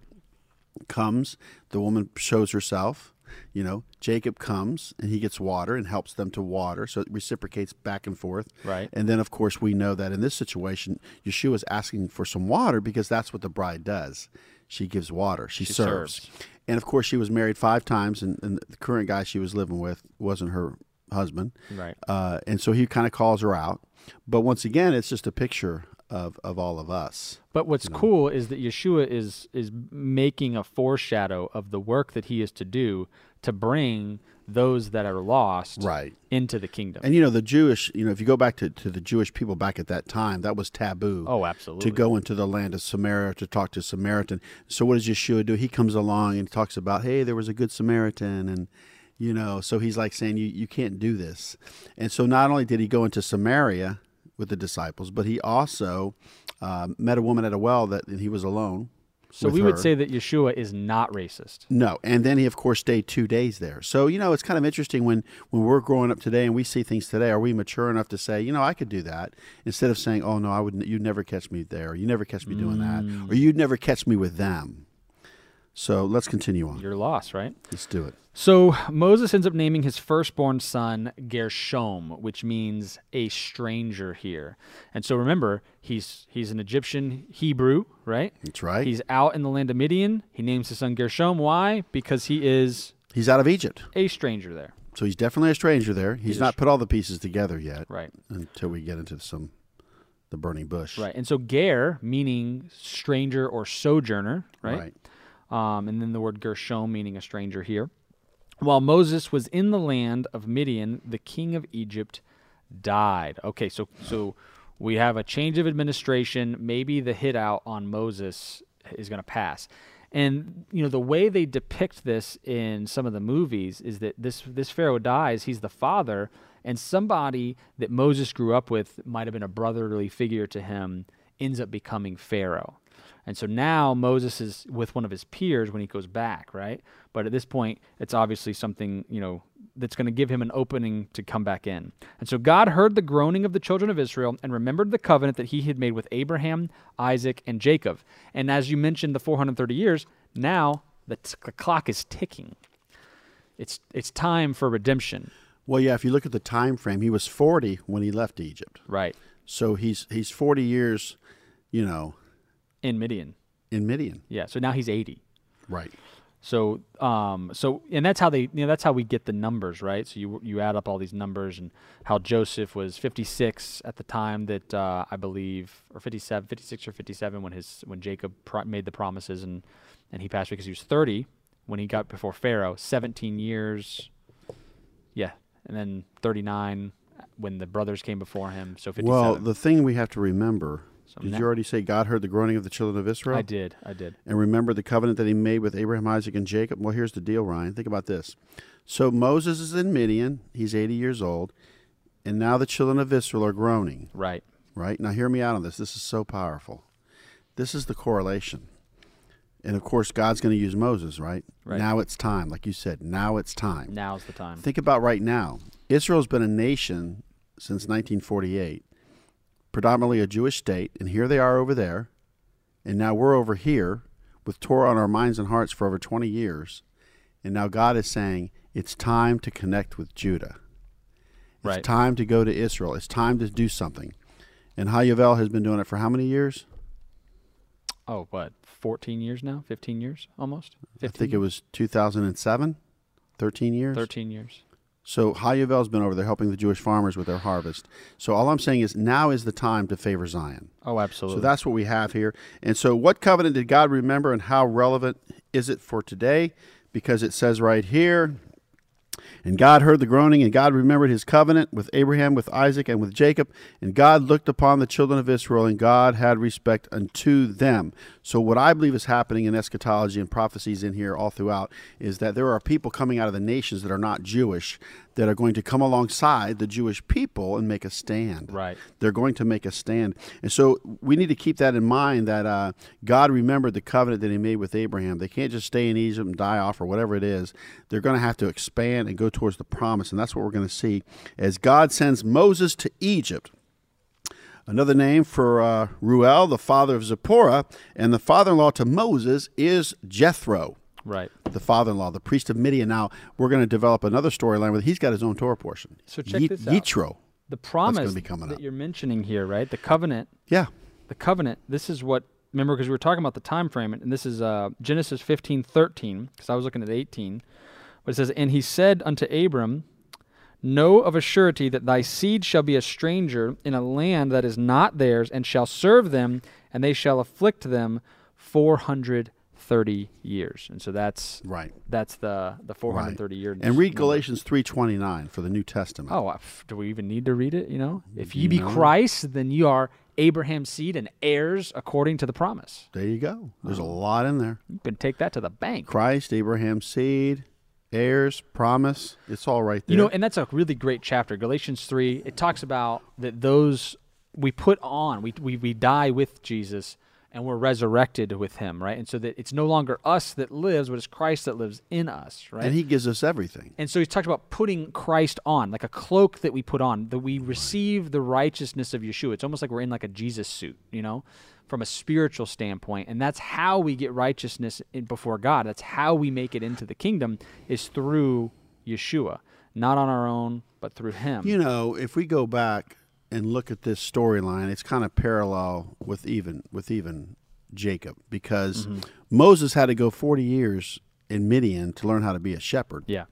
Speaker 3: comes, the woman shows herself. You know, Jacob comes and he gets water and helps them to water. So it reciprocates back and forth.
Speaker 2: Right.
Speaker 3: And then, of course, we know that in this situation, Yeshua is asking for some water because that's what the bride does. She gives water, she, serves.
Speaker 2: serves.
Speaker 3: And of course, she was married five times, and, and the current guy she was living with wasn't her husband.
Speaker 2: Right.
Speaker 3: Uh, and so he kind of calls her out. But once again, it's just a picture of, of all of us.
Speaker 2: But what's cool is that Yeshua is is making a foreshadow of the work that he is to do to bring those that are lost
Speaker 3: Right.
Speaker 2: into the kingdom.
Speaker 3: And you know, the Jewish, you know, if you go back to, to the Jewish people back at that time, that was taboo.
Speaker 2: oh, absolutely.
Speaker 3: to go into the land of Samaria to talk to Samaritan. So what does Yeshua do? He comes along and talks about, hey, there was a good Samaritan, and you know, so he's like saying, you you can't do this. And so not only did he go into Samaria with the disciples, but he also uh, met a woman at a well that and he was alone.
Speaker 2: so
Speaker 3: with
Speaker 2: we would
Speaker 3: her.
Speaker 2: say that Yeshua is not racist.
Speaker 3: No, and then he of course stayed two days there. So you know it's kind of interesting when when we're growing up today and we see things today. Are we mature enough to say, you know, I could do that instead of saying, oh no, I wouldn't. You'd never catch me there. Or, you never catch me doing that. Or
Speaker 2: Mm.
Speaker 3: you'd never catch me with them. So let's continue on.
Speaker 2: You're lost, right?
Speaker 3: Let's do it.
Speaker 2: So Moses ends up naming his firstborn son Gershom, which means a stranger here. And so remember, he's he's an Egyptian Hebrew, right?
Speaker 3: That's right. He's,
Speaker 2: He's out in the land of Midian. He names his son Gershom. Why? Because he is
Speaker 3: out of Egypt,
Speaker 2: a stranger there,
Speaker 3: so he's definitely a stranger there. He's, not put all the pieces together yet
Speaker 2: right?
Speaker 3: until we get into some the burning bush.
Speaker 2: Right. And so Ger, meaning stranger or sojourner, right?
Speaker 3: Right.
Speaker 2: um, and then the word Gershom, meaning a stranger here. While Moses was in the land of Midian, the king of Egypt died. Okay, so so we have a change of administration. Maybe the hit out on Moses is going to pass. And you know the way they depict this in some of the movies is that this this Pharaoh dies. He's the father, and somebody that Moses grew up with might have been a brotherly figure to him ends up becoming Pharaoh. And so now Moses is with one of his peers when he goes back, right? But at this point, it's obviously something, you know, that's going to give him an opening to come back in. And so God heard the groaning of the children of Israel and remembered the covenant that he had made with Abraham, Isaac, and Jacob. And as you mentioned, the 430 years, now the, t- the clock is ticking. It's, it's time for redemption,
Speaker 3: Well, yeah. If you look at the time frame, he was forty when he left Egypt.
Speaker 2: right?
Speaker 3: So he's he's forty years, you know,
Speaker 2: In Midian.
Speaker 3: in Midian.
Speaker 2: Yeah. So now he's 80.
Speaker 3: Right.
Speaker 2: So, um, so, and that's how they, you know, that's how we get the numbers, right? So you you add up all these numbers and how Joseph was 56 at the time that uh, I believe, or 57, 56 or 57 when his when Jacob pro- made the promises and and he passed because he was 30 when he got before Pharaoh, 17 years, yeah, and then 39 when the brothers came before him, so 57.
Speaker 3: Well, the thing we have to remember. did
Speaker 2: now-
Speaker 3: you already say God heard the groaning of the children of Israel?
Speaker 2: I did, I did.
Speaker 3: And remember the covenant that he made with Abraham, Isaac, and Jacob? Well, here's the deal, Ryan. Think about this. So Moses is in Midian. He's 80 years old. And now the children of Israel are groaning,
Speaker 2: Right.
Speaker 3: right? Now, hear me out on this. This is so powerful. This is the correlation. And of course, God's going to use Moses, right?
Speaker 2: Right.
Speaker 3: Now it's time. Like you said, now it's time.
Speaker 2: Now's the time.
Speaker 3: Think about right now. Israel's been a nation since 1948, predominantly a Jewish state, and here they are over there, and now we're over here with Torah on our minds and hearts for over 20 years, and now God is saying it's time to connect with Judah. It's
Speaker 2: Right.
Speaker 3: time to go to Israel. It's time to do something. And Hayavel has been doing it for how many years?
Speaker 2: Oh, what? 14 years now? 15 years almost?
Speaker 3: I think it was 2007, 13 years.
Speaker 2: 13 years.
Speaker 3: So Hayuvel's been over there helping the Jewish farmers with their harvest. So all I'm saying is now is the time to favor Zion.
Speaker 2: Oh, absolutely.
Speaker 3: So that's what we have here. And so what covenant did God remember and how relevant is it for today? Because it says right here, and God heard the groaning, and God remembered his covenant with Abraham, with Isaac, and with Jacob. And God looked upon the children of Israel, and God had respect unto them. So, what I believe is happening in eschatology and prophecies in here all throughout is that there are people coming out of the nations that are not Jewish that are going to come alongside the Jewish people and make a stand.
Speaker 2: Right.
Speaker 3: They're going to make a stand. And so we need to keep that in mind that uh, God remembered the covenant that he made with Abraham. They can't just stay in Egypt and die off or whatever it is. They're going to have to expand and go towards the promise. And that's what we're going to see as God sends Moses to Egypt. Another name for uh, Ruel, the father of Zipporah, and the father in law to Moses is Jethro,
Speaker 2: right.
Speaker 3: the father in law, the priest of Midian. Now, we're going to develop another storyline with he's got his own Torah portion.
Speaker 2: So check
Speaker 3: Ye-
Speaker 2: this out.
Speaker 3: Yitro.
Speaker 2: The promise
Speaker 3: be coming
Speaker 2: that
Speaker 3: up.
Speaker 2: you're mentioning here, right? The covenant,
Speaker 3: Yeah.
Speaker 2: the covenant. This is what Remember, because we were talking about the time frame, and this is uh, Genesis fifteen thirteen. because I was looking at 18. But it says, And he said unto Abram, Know of a surety that thy seed shall be a stranger in a land that is not theirs, and shall serve them, and they shall afflict them 430 years. And so that's
Speaker 3: Right.
Speaker 2: that's the, the 430 year.
Speaker 3: And read Galatians 3:29 for the New Testament.
Speaker 2: Oh, uh, f- do we even need to read it? You know, if ye be Christ, then you are Abraham's seed and heirs according to the promise.
Speaker 3: There you go. There's a
Speaker 2: Oh.
Speaker 3: lot in there.
Speaker 2: You can take that to the bank.
Speaker 3: Christ, Abraham's seed, heirs, promise. It's all right there.
Speaker 2: You know, and that's a really great chapter, Galatians three. It talks about that those we put on, we we, we die with Jesus. And we're resurrected with him, right? And so that it's no longer us that lives, but it's Christ that lives in us, right?
Speaker 3: and he gives us everything.
Speaker 2: And so he's talked about putting Christ on, like a cloak that we put on, that we receive the righteousness of Yeshua. It's almost like we're in like a Jesus suit, you know, from a spiritual standpoint. And that's how we get righteousness in, before God. That's how we make it into the kingdom is through Yeshua, not on our own, but through him.
Speaker 3: You know, if we go back and look at this storyline, it's kind of parallel with even with even Jacob because
Speaker 2: Mm-hmm.
Speaker 3: Moses had to go 40 years in Midian to learn how to be a shepherd
Speaker 2: yeah.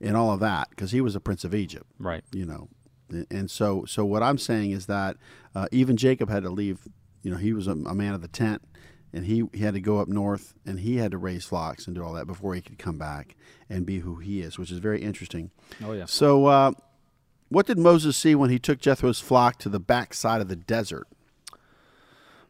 Speaker 3: and all of that because he was a prince of Egypt.
Speaker 2: Right.
Speaker 3: You know, and- and so so what I'm saying is that uh, even Jacob had to leave. You know, he was a, a man of the tent, and he, he had to go up north, and he had to raise flocks and do all that before he could come back and be who he is, which is very interesting.
Speaker 2: Oh, yeah.
Speaker 3: So, uh, what did Moses see when he took Jethro's flock to the backside of the desert?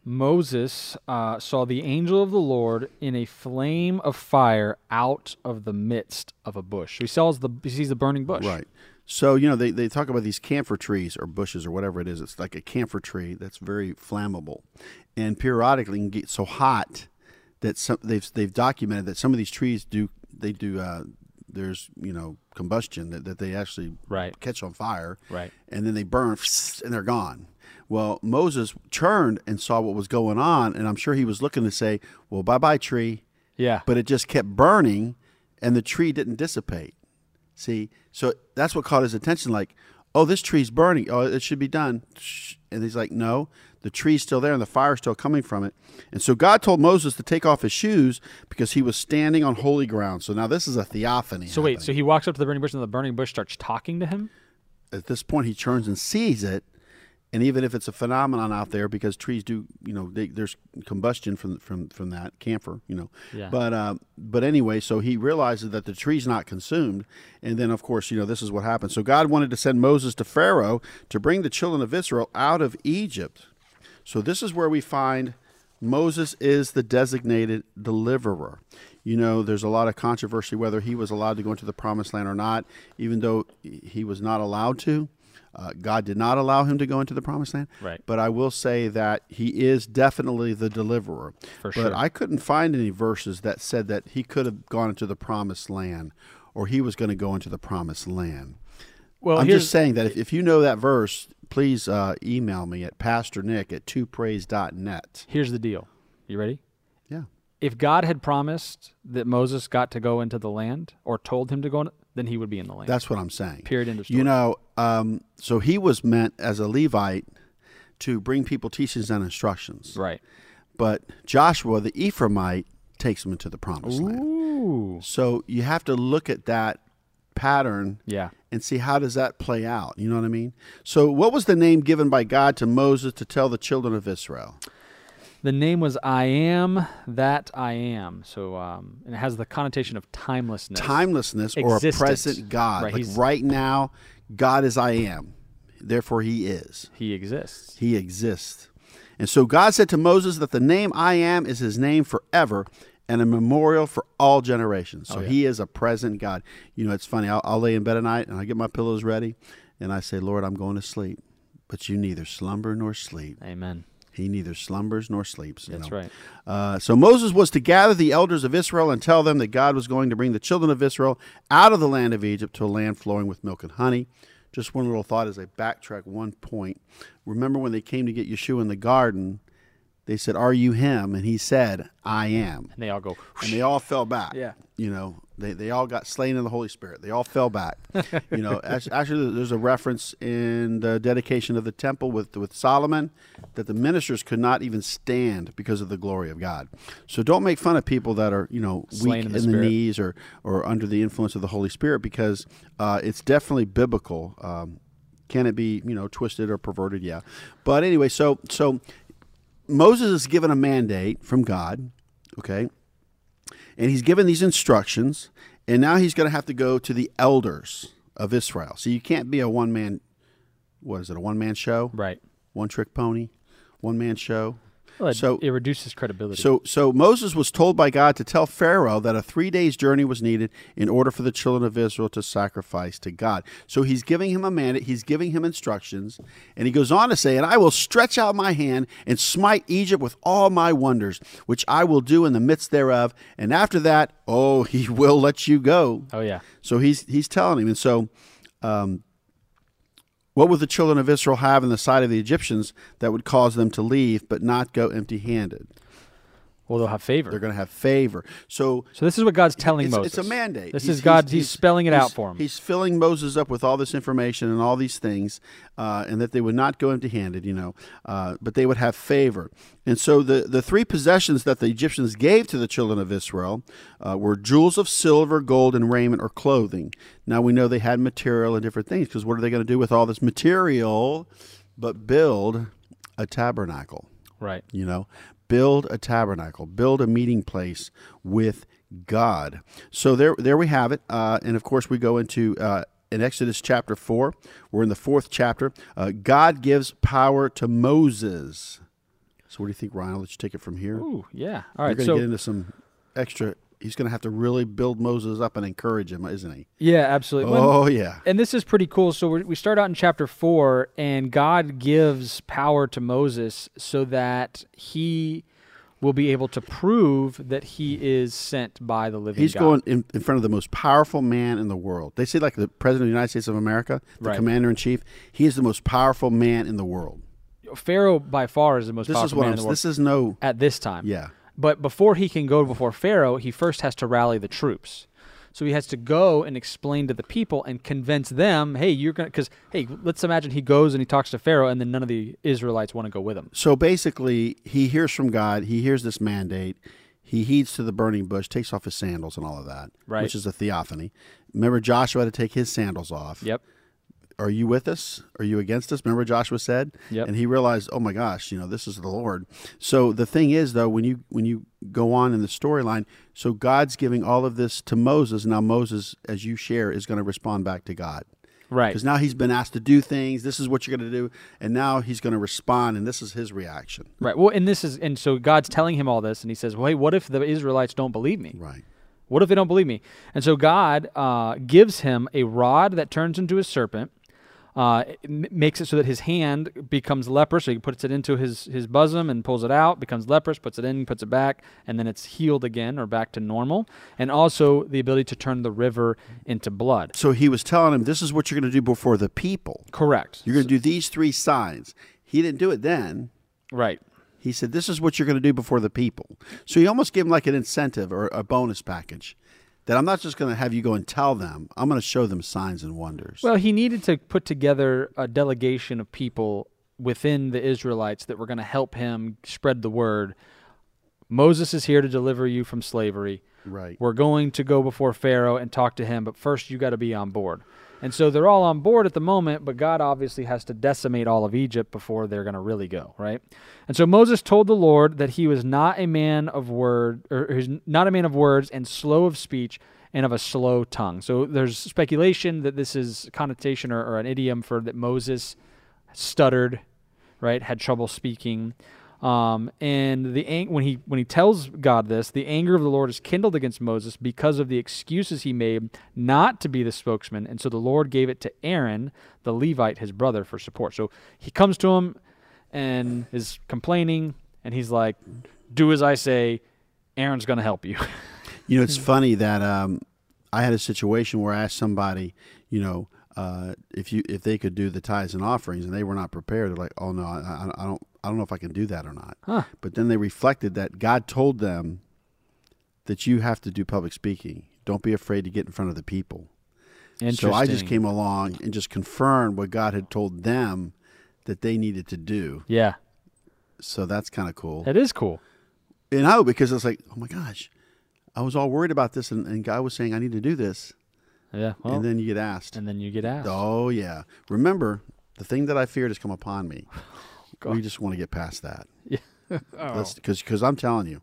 Speaker 2: Moses uh, saw the angel of the Lord in a flame of fire out of the midst of a bush. So he, saws the, he sees the burning bush.
Speaker 3: Right. So, you know, they, they talk about these camphor trees or bushes or whatever it is. It's like a camphor tree that's very flammable and periodically can get so hot that some, they've, they've documented that some of these trees do, they do, uh, there's, you know, combustion that, that they actually
Speaker 2: Right.
Speaker 3: catch on fire.
Speaker 2: Right.
Speaker 3: And then they burn [LAUGHS] and they're gone. Well, Moses turned and saw what was going on. And I'm sure he was looking to say, well, bye bye, tree
Speaker 2: Yeah.
Speaker 3: but it just kept burning and the tree didn't dissipate. See, so that's what caught his attention like, oh, this tree's burning. Oh, it should be done. Shh. And he's like, no, the tree's still there and the fire's still coming from it. And so God told Moses to take off his shoes because he was standing on holy ground. So now this is a theophany.
Speaker 2: So wait, so he walks up to the burning bush and the burning bush starts talking to him?
Speaker 3: at this point he turns and sees it and even if it's a phenomenon out there because trees do you know they, there's combustion from from from that camphor you know
Speaker 2: Yeah.
Speaker 3: but uh, but anyway so he realizes that the tree's not consumed and then of course you know this is what happened so god wanted to send moses to pharaoh to bring the children of israel out of egypt so this is where we find Moses is the designated deliverer. You know, there's a lot of controversy whether he was allowed to go into the promised land or not, even though he was not allowed to. Uh, God did not allow him to go into the promised land.
Speaker 2: Right.
Speaker 3: But I will say that he is definitely the deliverer.
Speaker 2: For
Speaker 3: But
Speaker 2: sure.
Speaker 3: I couldn't find any verses that said that he could have gone into the promised land or he was going to go into the promised land.
Speaker 2: Well,
Speaker 3: I'm
Speaker 2: here's
Speaker 3: just saying that if, if you know that verse, please uh, email me at pastornick at twopraise.net.
Speaker 2: here's the deal. You ready?
Speaker 3: Yeah.
Speaker 2: If God had promised that Moses got to go into the land or told him to go in, then he would be in the land.
Speaker 3: That's what I'm saying.
Speaker 2: Period, end of
Speaker 3: You
Speaker 2: story.
Speaker 3: know, um, so he was meant as a Levite to bring people teachings and instructions.
Speaker 2: right.
Speaker 3: But Joshua, the Ephraimite, takes them into the promised land.
Speaker 2: Ooh.
Speaker 3: So you have to look at that pattern
Speaker 2: Yeah.
Speaker 3: and see how does that play out. You know what I mean? So what was the name given by God to Moses to tell the children of Israel?
Speaker 2: The name was I am that I am. So um and it has the connotation of timelessness.
Speaker 3: timelessness
Speaker 2: Existence.
Speaker 3: or a present God.
Speaker 2: Right,
Speaker 3: Like
Speaker 2: he's-
Speaker 3: right now, God is I am. Therefore, He is.
Speaker 2: He exists.
Speaker 3: He exists. And so God said to Moses that the name I am is His name forever and a memorial for all generations.
Speaker 2: Oh,
Speaker 3: So He is a present God. You know, it's funny. I'll, I'll lay in bed at night and I get my pillows ready and I say, Lord, I'm going to sleep. But you neither slumber nor sleep.
Speaker 2: Amen.
Speaker 3: He neither slumbers nor sleeps. you
Speaker 2: That's
Speaker 3: know.
Speaker 2: right.
Speaker 3: Uh, so Moses was to gather the elders of Israel and tell them that God was going to bring the children of Israel out of the land of Egypt to a land flowing with milk and honey. Just one little thought as I backtrack one point. Remember when they came to get Yeshua in the garden, They said, Are you him? And he said, I am.
Speaker 2: And they all go,
Speaker 3: And they all fell back.
Speaker 2: Yeah.
Speaker 3: You know, they, they all got slain in the Holy Spirit. They all
Speaker 2: [LAUGHS]
Speaker 3: fell back. you know, act- actually, there's a reference in the dedication of the temple with, with Solomon that the ministers could not even stand because of the glory of God. So don't make fun of people that are, you know,
Speaker 2: Slain
Speaker 3: weak
Speaker 2: in
Speaker 3: in
Speaker 2: the
Speaker 3: the,
Speaker 2: Spirit.
Speaker 3: knees or, or under the influence of the Holy Spirit because uh, it's definitely biblical. Um, can it be, you know, twisted or perverted? Yeah. But anyway, so so Moses is given a mandate from God, okay? And he's given these instructions, and now he's going to have to go to the elders of Israel. So you can't be a one man, what is it, a one man show?
Speaker 2: right.
Speaker 3: One trick pony, one man show.
Speaker 2: Well, it,
Speaker 3: So-
Speaker 2: it reduces credibility.
Speaker 3: So, so Moses was told by God to tell Pharaoh that a three days journey was needed in order for the children of Israel to sacrifice to God. So he's giving him a mandate. He's giving him instructions, and he goes on to say, "And I will stretch out my hand and smite Egypt with all my wonders, which I will do in the midst thereof. And after that, oh, [LAUGHS] he will let you go."
Speaker 2: oh yeah,
Speaker 3: So he's he's telling him, and so. Um, what would the children of Israel have in the sight of the Egyptians that would cause them to leave but not go empty handed?
Speaker 2: well they'll have favor.
Speaker 3: They're going to have favor. So
Speaker 2: so this is what God's telling
Speaker 3: it's,
Speaker 2: Moses.
Speaker 3: it's a mandate.
Speaker 2: This is God. He's, spelling it
Speaker 3: he's-
Speaker 2: out for him.
Speaker 3: He's filling Moses up with all this information and all these things, uh, and that they would not go empty-handed, you know, uh, but they would have favor. And so the the three possessions that the Egyptians gave to the children of Israel uh, were jewels of silver, gold, and raiment or clothing. Now we know they had material and different things because what are they going to do with all this material? But build a tabernacle
Speaker 2: right.
Speaker 3: you know build a tabernacle build a meeting place with god so there there we have it uh, and of course we go into uh, in exodus chapter 4 we're in the fourth chapter uh, god gives power to moses so what do you think ryan i'll let you take it from here
Speaker 2: Ooh, yeah. All
Speaker 3: you're
Speaker 2: right.
Speaker 3: going to
Speaker 2: So
Speaker 3: get into some extra he's going to have to really build moses up and encourage him isn't he
Speaker 2: yeah, absolutely. When-
Speaker 3: oh yeah
Speaker 2: and this is pretty cool. So we're, we start out in chapter four, and God gives power to Moses so that he will be able to prove that he is sent by the living
Speaker 3: He's
Speaker 2: God.
Speaker 3: going in, in front of the most powerful man in the world. They say, like the president of the United States of America, the
Speaker 2: Right.
Speaker 3: commander in chief. He is the most powerful man in the world.
Speaker 2: Pharaoh by far is the most
Speaker 3: This is
Speaker 2: powerful
Speaker 3: what
Speaker 2: man
Speaker 3: I'm.
Speaker 2: in the world
Speaker 3: This is no.
Speaker 2: at this time.
Speaker 3: Yeah.
Speaker 2: But before he can go before Pharaoh, he first has to rally the troops. So he has to go and explain to the people and convince them, hey, you're going to, because, hey, let's imagine he goes and he talks to Pharaoh and then none of the Israelites want to go with him.
Speaker 3: So basically, he hears from God. He hears this mandate. He heeds to the burning bush, takes off his sandals and all of that,
Speaker 2: Right.
Speaker 3: which is a theophany. Remember Joshua had to take his sandals off.
Speaker 2: Yep.
Speaker 3: Are you with us? Are you against us? Remember Joshua said?
Speaker 2: Yep.
Speaker 3: And he realized, oh my gosh, you know, this is the Lord. So the thing is though, when you when you go on in the storyline, so God's giving all of this to Moses. Now Moses, as you share, is going to respond back to God.
Speaker 2: Right.
Speaker 3: Because now he's been asked to do things. This is what you're going to do. And now he's going to respond. And this is his reaction.
Speaker 2: Right. Well, and this is, and so God's telling him all this and he says, well, hey, what if the Israelites don't believe me?
Speaker 3: Right.
Speaker 2: What if they don't believe me? And so God uh, gives him a rod that turns into a serpent, uh, it m- makes it so that his hand becomes leprous. So he puts it into his, his bosom and pulls it out, becomes leprous, puts it in, puts it back, and then it's healed again or back to normal. And also the ability to turn the river into blood.
Speaker 3: So he was telling him, this is what you're going to do before the people.
Speaker 2: Correct.
Speaker 3: You're going to do these three signs. He didn't do it then.
Speaker 2: right.
Speaker 3: He said, This is what you're going to do before the people. So he almost gave him like an incentive or a bonus package that I'm not just going to have you go and tell them, I'm going to show them signs and wonders.
Speaker 2: Well, he needed to put together a delegation of people within the Israelites that were going to help him spread the word. Moses is here to deliver you from slavery.
Speaker 3: right.
Speaker 2: We're going to go before Pharaoh and talk to him, but first you got to be on board. And so they're all on board at the moment, but God obviously has to decimate all of Egypt before they're going to really go, right? And so Moses told the Lord that he was not a man of word or he's not a man of words and slow of speech and of a slow tongue. So there's speculation that this is connotation or, or an idiom for that Moses stuttered, right? Had trouble speaking. Um, and the ang- when he when he tells God this, the anger of the Lord is kindled against Moses because of the excuses he made not to be the spokesman, and so the Lord gave it to Aaron, the Levite, his brother, for support. So he comes to him and is complaining, and he's like, "Do as I say." Aaron's going to help you. [LAUGHS]
Speaker 3: You know, it's funny that um, I had a situation where I asked somebody, you know, uh, if you if they could do the tithes and offerings and they were not prepared, they're like, oh no, I, I I don't I don't know if I can do that or not.
Speaker 2: Huh.
Speaker 3: But then they reflected that God told them that you have to do public speaking. Don't be afraid to get in front of the people.
Speaker 2: Interesting.
Speaker 3: So I just came along and just confirmed what God had told them that they needed to do.
Speaker 2: Yeah,
Speaker 3: So that's kind of cool.
Speaker 2: that is cool.
Speaker 3: And I because it's like, oh my gosh, I was all worried about this, and, and God was saying I need to do this,
Speaker 2: Yeah. Well,
Speaker 3: and then you get asked.
Speaker 2: you get asked.
Speaker 3: Oh yeah. Remember, the thing that I feared has come
Speaker 2: [LAUGHS]
Speaker 3: upon me. we just want to get past that.
Speaker 2: Yeah.
Speaker 3: Oh.
Speaker 2: Oh.
Speaker 3: Because because I'm telling you,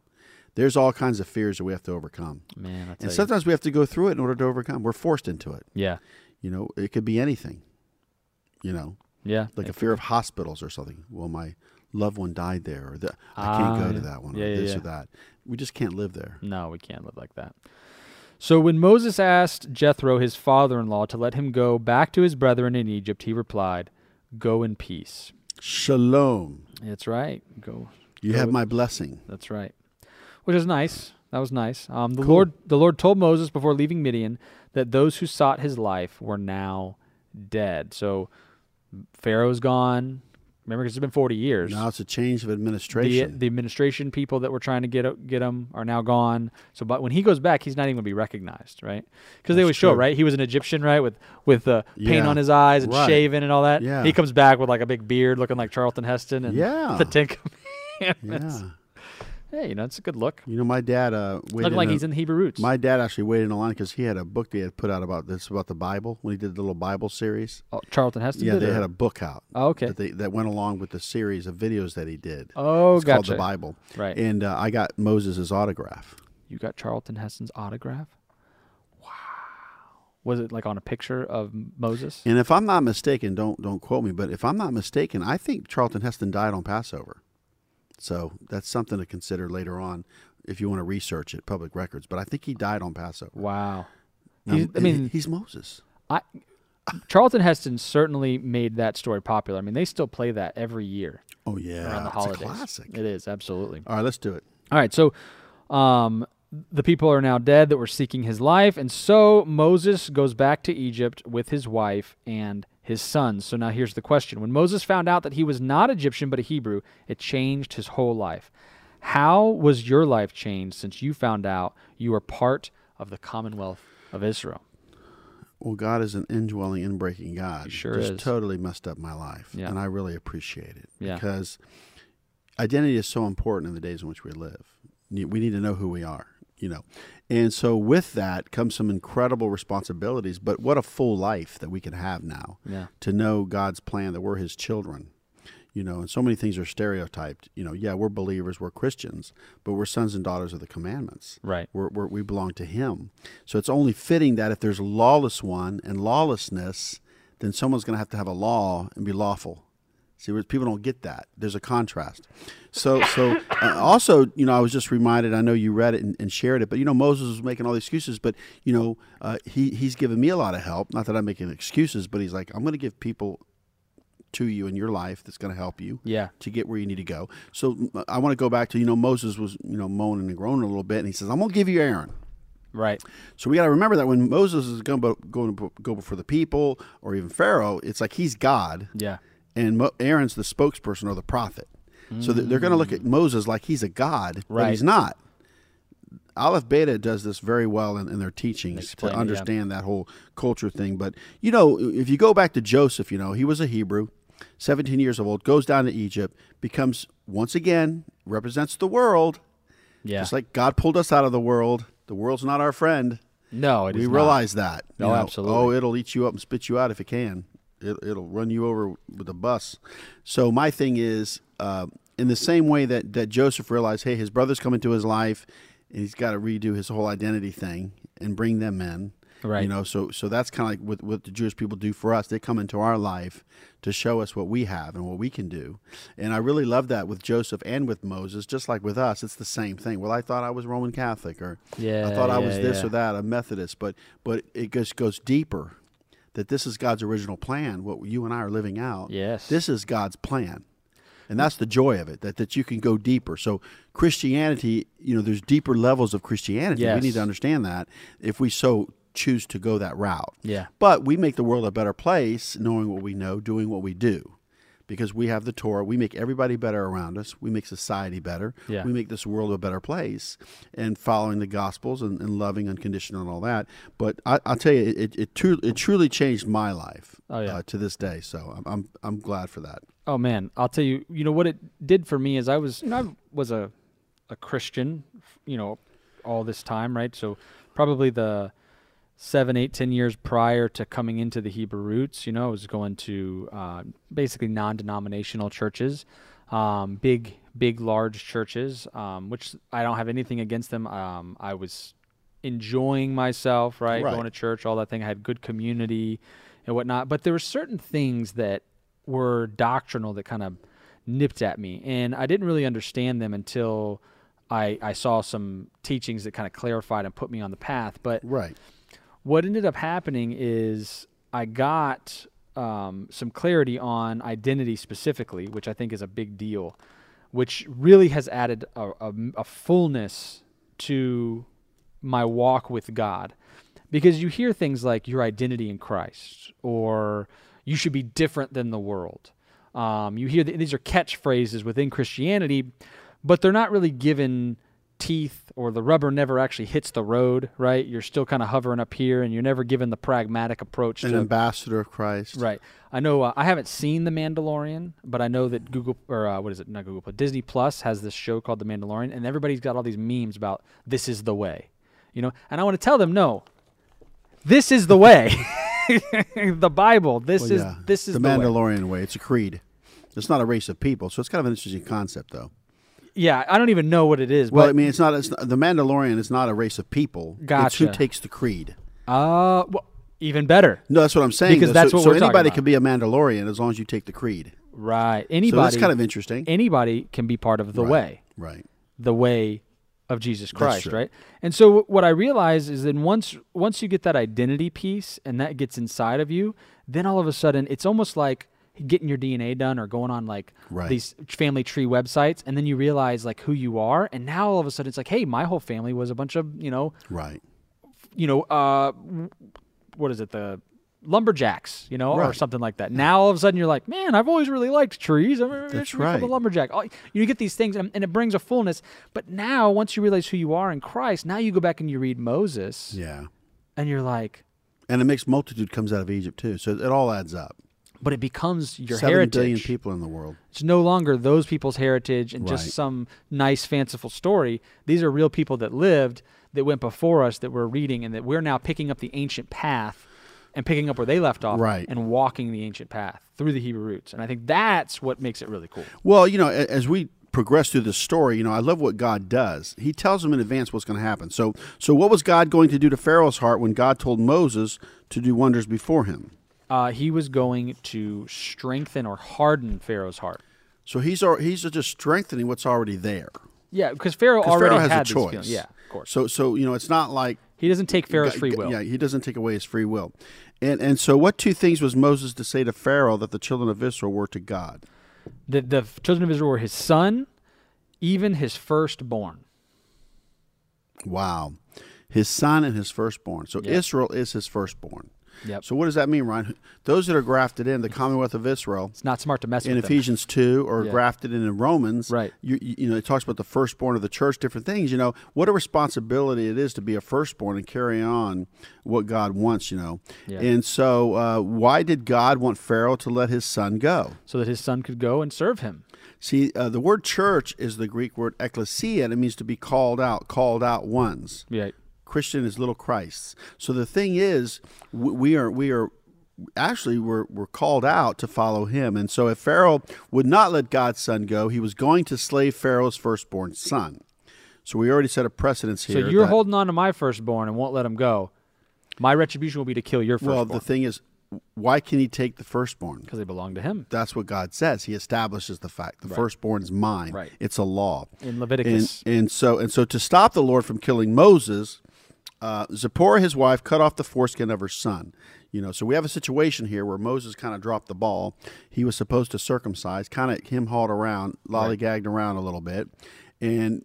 Speaker 3: there's all kinds of fears that we have to overcome,
Speaker 2: Man, I tell
Speaker 3: and
Speaker 2: you.
Speaker 3: sometimes we have to go through it in order to overcome. We're forced into it.
Speaker 2: yeah.
Speaker 3: You know, it could be anything. You know,
Speaker 2: Yeah.
Speaker 3: like a fear of hospitals or something. Well, my loved one died there, or the, I can't
Speaker 2: Ah,
Speaker 3: go
Speaker 2: yeah.
Speaker 3: to that one,
Speaker 2: Yeah,
Speaker 3: or
Speaker 2: yeah,
Speaker 3: this
Speaker 2: yeah.
Speaker 3: or that. We just can't live there.
Speaker 2: No, we can't live like that. So when Moses asked Jethro, his father in law, to let him go back to his brethren in Egypt, he replied, Go in peace.
Speaker 3: Shalom.
Speaker 2: That's right. Go.
Speaker 3: You have my blessing.
Speaker 2: That's right. Which is nice. That was nice. Um, the Lord the Lord told Moses before leaving Midian that those who sought his life were now dead. So Pharaoh's gone. Remember, 'cause it's been 40 years.
Speaker 3: Now it's a change of
Speaker 2: the,
Speaker 3: administration.
Speaker 2: the administration people that were trying to get uh, get him are now gone. So, but when he goes back, he's not even gonna be recognized, right? Because they
Speaker 3: That's
Speaker 2: always show
Speaker 3: true.
Speaker 2: right. He was an Egyptian, right, with with uh, paint
Speaker 3: Yeah.
Speaker 2: on his eyes and
Speaker 3: Right.
Speaker 2: shaven and all that.
Speaker 3: Yeah.
Speaker 2: He comes back with like a big beard, looking like Charlton Heston and
Speaker 3: Yeah.
Speaker 2: the Ten Commandments.
Speaker 3: yeah.
Speaker 2: [LAUGHS] Hey, you know, it's a good look.
Speaker 3: You know, my dad uh,
Speaker 2: Look
Speaker 3: waited.
Speaker 2: like
Speaker 3: a-
Speaker 2: he's in the Hebrew roots.
Speaker 3: My dad actually waited in a line because he had a book they had put out about this about the Bible when he did the little Bible series.
Speaker 2: oh, Charlton Heston.
Speaker 3: Yeah,
Speaker 2: did
Speaker 3: they
Speaker 2: or-
Speaker 3: had a book out.
Speaker 2: Oh, okay.
Speaker 3: That, they, that went along with the series of videos that he did.
Speaker 2: Oh,
Speaker 3: it's called
Speaker 2: gotcha.
Speaker 3: the Bible.
Speaker 2: Right.
Speaker 3: And uh, I got Moses' autograph.
Speaker 2: you got Charlton Heston's autograph. Wow. Was it like on a picture of Moses?
Speaker 3: And if I'm not mistaken, don't don't quote me, but if I'm not mistaken, I think Charlton Heston died on Passover. So that's something to consider later on if you want to research it, public records. But I think he died on Passover.
Speaker 2: Wow.
Speaker 3: Now,
Speaker 2: He's- I mean,
Speaker 3: he's Moses.
Speaker 2: I Charlton Heston certainly made that story popular. I mean, they still play that every year
Speaker 3: Oh yeah,
Speaker 2: around the
Speaker 3: It's a
Speaker 2: holidays.
Speaker 3: classic.
Speaker 2: It is absolutely.
Speaker 3: All right, let's do it.
Speaker 2: All right, so um, the people are now dead that were seeking his life, and so Moses goes back to Egypt with his wife and his sons. So now here's the question: When Moses found out that he was not Egyptian but a Hebrew, it changed his whole life. How was your life changed since you found out you were part of the Commonwealth of Israel?
Speaker 3: Well, God is an indwelling, inbreaking God.
Speaker 2: sure
Speaker 3: just
Speaker 2: is.
Speaker 3: totally messed up my life,
Speaker 2: Yeah.
Speaker 3: and I really appreciate it
Speaker 2: Yeah.
Speaker 3: because identity is so important in the days in which we live. Ne- We need to know who we are, you know, and so with that comes some incredible responsibilities. But what a full life that we can have now
Speaker 2: Yeah.
Speaker 3: to know God's plan that we're His children. You know, and so many things are stereotyped. You know, yeah, we're believers, we're Christians, but we're sons and daughters of the commandments.
Speaker 2: Right.
Speaker 3: We're, we're, we belong to Him. So it's only fitting that if there's a lawless one and lawlessness, then someone's going to have to have a law and be lawful. See, where people don't get that. There's a contrast. So, so uh, also, you know, I was just reminded. I know you read it and, and shared it, but you know, Moses was making all these excuses. But you know, uh, he he's given me a lot of help. Not that I'm making excuses, but he's like, I'm going to give people to you in your life that's going to help you
Speaker 2: Yeah.
Speaker 3: to get where you need to go. So m- I want to go back to you know Moses was you know moaning and groaning a little bit, and he says, "I'm going to give you Aaron."
Speaker 2: Right.
Speaker 3: So we got to remember that when Moses is going to go before the people or even Pharaoh, it's like he's God,
Speaker 2: Yeah.
Speaker 3: and Mo- Aaron's the spokesperson or the prophet. So th- they're going to look at Moses like he's a god,
Speaker 2: Mm. Right.
Speaker 3: but he's not. Aleph Beta does this very well in, in their teachings
Speaker 2: Explain it,
Speaker 3: to
Speaker 2: yeah.
Speaker 3: understand that whole culture thing. But you know, if you go back to Joseph, you know he was a Hebrew, seventeen years of old, goes down to Egypt, becomes once again represents the world,
Speaker 2: Yeah.
Speaker 3: just like God pulled us out of the world. The world's not our friend.
Speaker 2: no, it
Speaker 3: We
Speaker 2: is not.
Speaker 3: realize that. you
Speaker 2: No, absolutely.
Speaker 3: Oh, it'll eat you up and spit you out if it can. It, it'll run you over with a bus. So my thing is, uh, in the same way that that Joseph realized, hey, his brothers come into his life, and he's got to redo his whole identity thing and bring them in.
Speaker 2: Right.
Speaker 3: You know, so so that's kind of like what, what the Jewish people do for us. They come into our life to show us what we have and what we can do. And I really love that with Joseph and with Moses, just like with us, it's the same thing. Well, I thought I was Roman Catholic, or
Speaker 2: Yeah,
Speaker 3: I thought I was
Speaker 2: yeah,
Speaker 3: this
Speaker 2: yeah.
Speaker 3: or that, a Methodist, but but it just goes deeper. That this is God's original plan. What you and I are living out.
Speaker 2: Yes.
Speaker 3: This is God's plan. And that's the joy of it, that, that you can go deeper. So Christianity, you know, there's deeper levels of Christianity.
Speaker 2: Yes.
Speaker 3: We need to understand that if we so choose to go that route.
Speaker 2: Yeah.
Speaker 3: But we make the world a better place knowing what we know, doing what we do. Because we have the Torah, we make everybody better around us. We make society better.
Speaker 2: Yeah.
Speaker 3: We make this world a better place. And following the Gospels and, and loving unconditional and all that. But I, I'll tell you, it it, tru- it truly changed my life
Speaker 2: Oh, yeah.
Speaker 3: uh, to this day. So I'm, I'm I'm glad for that.
Speaker 2: Oh man, I'll tell you. You know what it did for me is I was you know, I was a a Christian, you know, all this time, right? So probably the seven, eight, ten years prior to coming into the Hebrew roots, you know, I was going to uh, basically non-denominational churches, um, big, big, large churches, um, which I don't have anything against them. Um, I was enjoying myself, right?
Speaker 3: Right.
Speaker 2: Going to church, all that thing. I had good community and whatnot. But there were certain things that were doctrinal that kind of nipped at me, and I didn't really understand them until I, I saw some teachings that kind of clarified and put me on the path. But
Speaker 3: Right.
Speaker 2: what ended up happening is I got um, some clarity on identity specifically, which I think is a big deal, which really has added a, a- a fullness to my walk with God. Because you hear things like your identity in Christ, or you should be different than the world. Um, you hear th- these are catchphrases within Christianity, but they're not really given teeth or the rubber never actually hits the road, right? You're still kind of hovering up here and you're never given the pragmatic approach
Speaker 3: An
Speaker 2: to
Speaker 3: ambassador of Christ.
Speaker 2: Right. I know uh, I haven't seen The Mandalorian, but I know that Google or uh, what is it? Not Google, but Disney Plus has this show called The Mandalorian, and everybody's got all these memes about this is the way, you know. And I want to tell them, no, this is
Speaker 3: [LAUGHS]
Speaker 2: the way. [LAUGHS] the Bible. This
Speaker 3: Well,
Speaker 2: is
Speaker 3: yeah.
Speaker 2: this is the,
Speaker 3: the
Speaker 2: way.
Speaker 3: Mandalorian way. It's a creed. It's not a race of people, so it's kind of an interesting concept, though.
Speaker 2: Yeah, I don't even know what it is.
Speaker 3: Well,
Speaker 2: but
Speaker 3: I mean, it's not, it's not the Mandalorian is not a race of people. It's who
Speaker 2: Gotcha.
Speaker 3: takes the creed.
Speaker 2: uh, well, even better.
Speaker 3: No, that's what I'm saying.
Speaker 2: Because
Speaker 3: though.
Speaker 2: that's
Speaker 3: so,
Speaker 2: what
Speaker 3: so
Speaker 2: we're talking
Speaker 3: anybody
Speaker 2: about.
Speaker 3: can be a Mandalorian as long as you take the creed.
Speaker 2: Right.
Speaker 3: So
Speaker 2: Anybody.
Speaker 3: that's kind of interesting.
Speaker 2: anybody can be part of the way.
Speaker 3: Right.
Speaker 2: the way of Jesus Christ,
Speaker 3: true.
Speaker 2: right? And so wh- what I realize is then once once you get that identity piece and that gets inside of you, then all of a sudden it's almost like getting your DNA done or going on like
Speaker 3: Right.
Speaker 2: these family tree websites and then you realize like who you are and now all of a sudden it's like hey, my whole family was a bunch of, you know,
Speaker 3: Right.
Speaker 2: you know, uh, what is it, the lumberjacks, you know, or
Speaker 3: Right.
Speaker 2: something like that. Now all of a sudden you're like, man, I've always really liked trees. I'm
Speaker 3: That's
Speaker 2: A
Speaker 3: right.
Speaker 2: lumberjack. Oh, You get these things, and, and it brings a fullness. But now, once you realize who you are in Christ, now you go back and you read Moses,
Speaker 3: Yeah.
Speaker 2: and you're like,
Speaker 3: And a mixed multitude comes out of Egypt too, so it all adds up.
Speaker 2: but it becomes your
Speaker 3: Seven
Speaker 2: heritage.
Speaker 3: billion people in the world.
Speaker 2: It's no longer those people's heritage and just
Speaker 3: Right.
Speaker 2: some nice, fanciful story. These are real people that lived, that went before us, that we're reading, and that we're now picking up the ancient path and picking up where they left off
Speaker 3: Right.
Speaker 2: and walking the ancient path through the Hebrew roots. And I think that's what makes it really cool.
Speaker 3: Well, you know, a- as we progress through the story, you know, I love what God does. He tells them in advance what's going to happen. So, so what was God going to do to Pharaoh's heart when God told Moses to do wonders before him?
Speaker 2: Uh, he was going to strengthen or harden Pharaoh's heart.
Speaker 3: So he's al- he's just strengthening what's already there.
Speaker 2: Yeah, because Pharaoh
Speaker 3: 'Cause
Speaker 2: already
Speaker 3: Pharaoh has
Speaker 2: had
Speaker 3: a
Speaker 2: this
Speaker 3: choice.
Speaker 2: feeling. Yeah, of course.
Speaker 3: So so you know, it's not like
Speaker 2: He doesn't take Pharaoh's
Speaker 3: Ga-
Speaker 2: free
Speaker 3: ga-
Speaker 2: will.
Speaker 3: Yeah, he doesn't take away his free will. And and so what two things was Moses to say to Pharaoh that the children of Israel were to God?
Speaker 2: The, the f- children of Israel were his son, even his firstborn.
Speaker 3: Wow. His son and his firstborn. So Israel is his firstborn.
Speaker 2: Yep.
Speaker 3: So what does that mean, Ryan? Those that are grafted in the Commonwealth of Israel
Speaker 2: It's not smart to mess
Speaker 3: in
Speaker 2: with them.
Speaker 3: Ephesians 2 or grafted in in Romans,
Speaker 2: Right.
Speaker 3: you, you you know, it talks about the firstborn of the church, different things, you know, what a responsibility it is to be a firstborn and carry on what God wants, you know.
Speaker 2: Yeah.
Speaker 3: And so uh, why did God want Pharaoh to let his son go?
Speaker 2: so that his son could go and serve him.
Speaker 3: See, uh, the word church is the Greek word ekklesia, and it means to be called out, called out ones.
Speaker 2: Yeah.
Speaker 3: Christian is little Christ. So the thing is, w- we are we are actually we're we're called out to follow Him. And so if Pharaoh would not let God's son go, he was going to slay Pharaoh's firstborn son. So we already set a precedence
Speaker 2: So
Speaker 3: here.
Speaker 2: you're
Speaker 3: that-
Speaker 2: holding on to my firstborn and won't let him go. My retribution will be to kill your
Speaker 3: well.
Speaker 2: firstborn
Speaker 3: The
Speaker 2: because
Speaker 3: thing is, why can he take the firstborn?
Speaker 2: they belong to him.
Speaker 3: That's what God says. He establishes the fact the firstborn's mine.
Speaker 2: Right.
Speaker 3: It's a law
Speaker 2: In Leviticus.
Speaker 3: And, and so and so to stop the Lord from killing Moses, uh, Zipporah his wife cut off the foreskin of her son. You know, so we have a situation here where Moses kind of dropped the ball. He was supposed to circumcise, kind of him hauled around, lollygagged around a little bit, and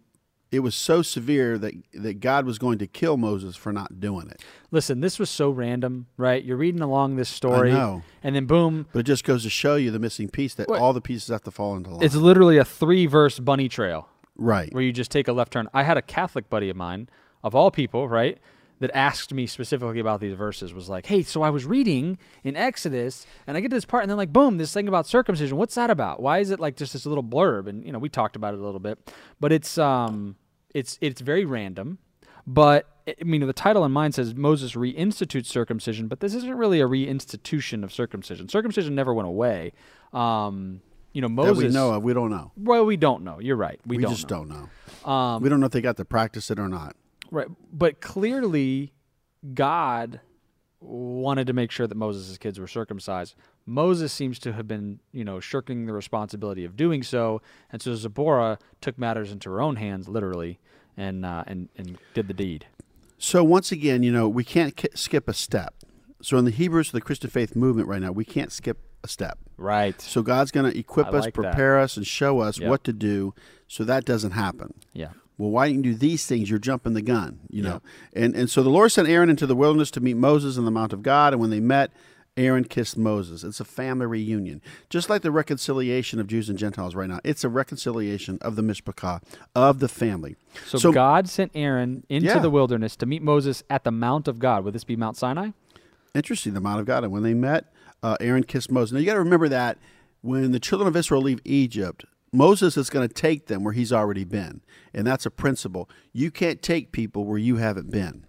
Speaker 3: it was so severe that that God was going to kill Moses for not doing it.
Speaker 2: Listen, this was so random, right? You're reading along this story,
Speaker 3: know.
Speaker 2: and then boom,
Speaker 3: But it just goes to show you the missing piece that all the pieces have to fall into line.
Speaker 2: it's literally a three verse bunny trail
Speaker 3: right.
Speaker 2: where you just take a left turn. I had a Catholic buddy of mine, of all people, right, that asked me specifically about these verses, was like, hey, so I was reading in Exodus and I get to this part and then like, boom, this thing about circumcision, what's that about? Why is it like just this little blurb? And you know, we talked about it a little bit, but it's um, it's it's very random, but. I I mean, the title in mind says Moses reinstitutes circumcision, but this isn't really a reinstitution of circumcision. Circumcision never went away. Um, you know,
Speaker 3: That
Speaker 2: Moses.
Speaker 3: we know of, we don't know.
Speaker 2: Well, we don't know. You're right. We,
Speaker 3: We
Speaker 2: don't
Speaker 3: just
Speaker 2: know. Um,
Speaker 3: don't know. we don't know if they got to practice it or not.
Speaker 2: Right. But clearly, God wanted to make sure that Moses' kids were circumcised. Moses seems to have been, you know, shirking the responsibility of doing so. And so Zipporah took matters into her own hands, literally, and, uh, and, and did the deed.
Speaker 3: So once again, you know, we can't ki skip a step. So in the Hebrews of the Christian faith movement right now, we can't skip a step.
Speaker 2: Right.
Speaker 3: So God's going to equip
Speaker 2: I
Speaker 3: us,
Speaker 2: like that.
Speaker 3: prepare us, and show us what to do, so that doesn't happen.
Speaker 2: Yeah.
Speaker 3: Well, why didn't you do these things? You're jumping the gun, you know. And and so the Lord sent Aaron into the wilderness to meet Moses on the Mount of God, and when they met, Aaron kissed Moses. It's a family reunion, just like the reconciliation of Jews and Gentiles right now. It's a reconciliation of the mishpachah of the family.
Speaker 2: So,
Speaker 3: So-
Speaker 2: God sent Aaron into
Speaker 3: Yeah.
Speaker 2: the wilderness to meet Moses at the Mount of God. Would this be Mount Sinai?
Speaker 3: Interesting, the Mount of God. And when they met, uh, Aaron kissed Moses. Now you got to remember that when the children of Israel leave Egypt, Moses is going to take them where he's already been, and that's a principle. You can't take people where you haven't been.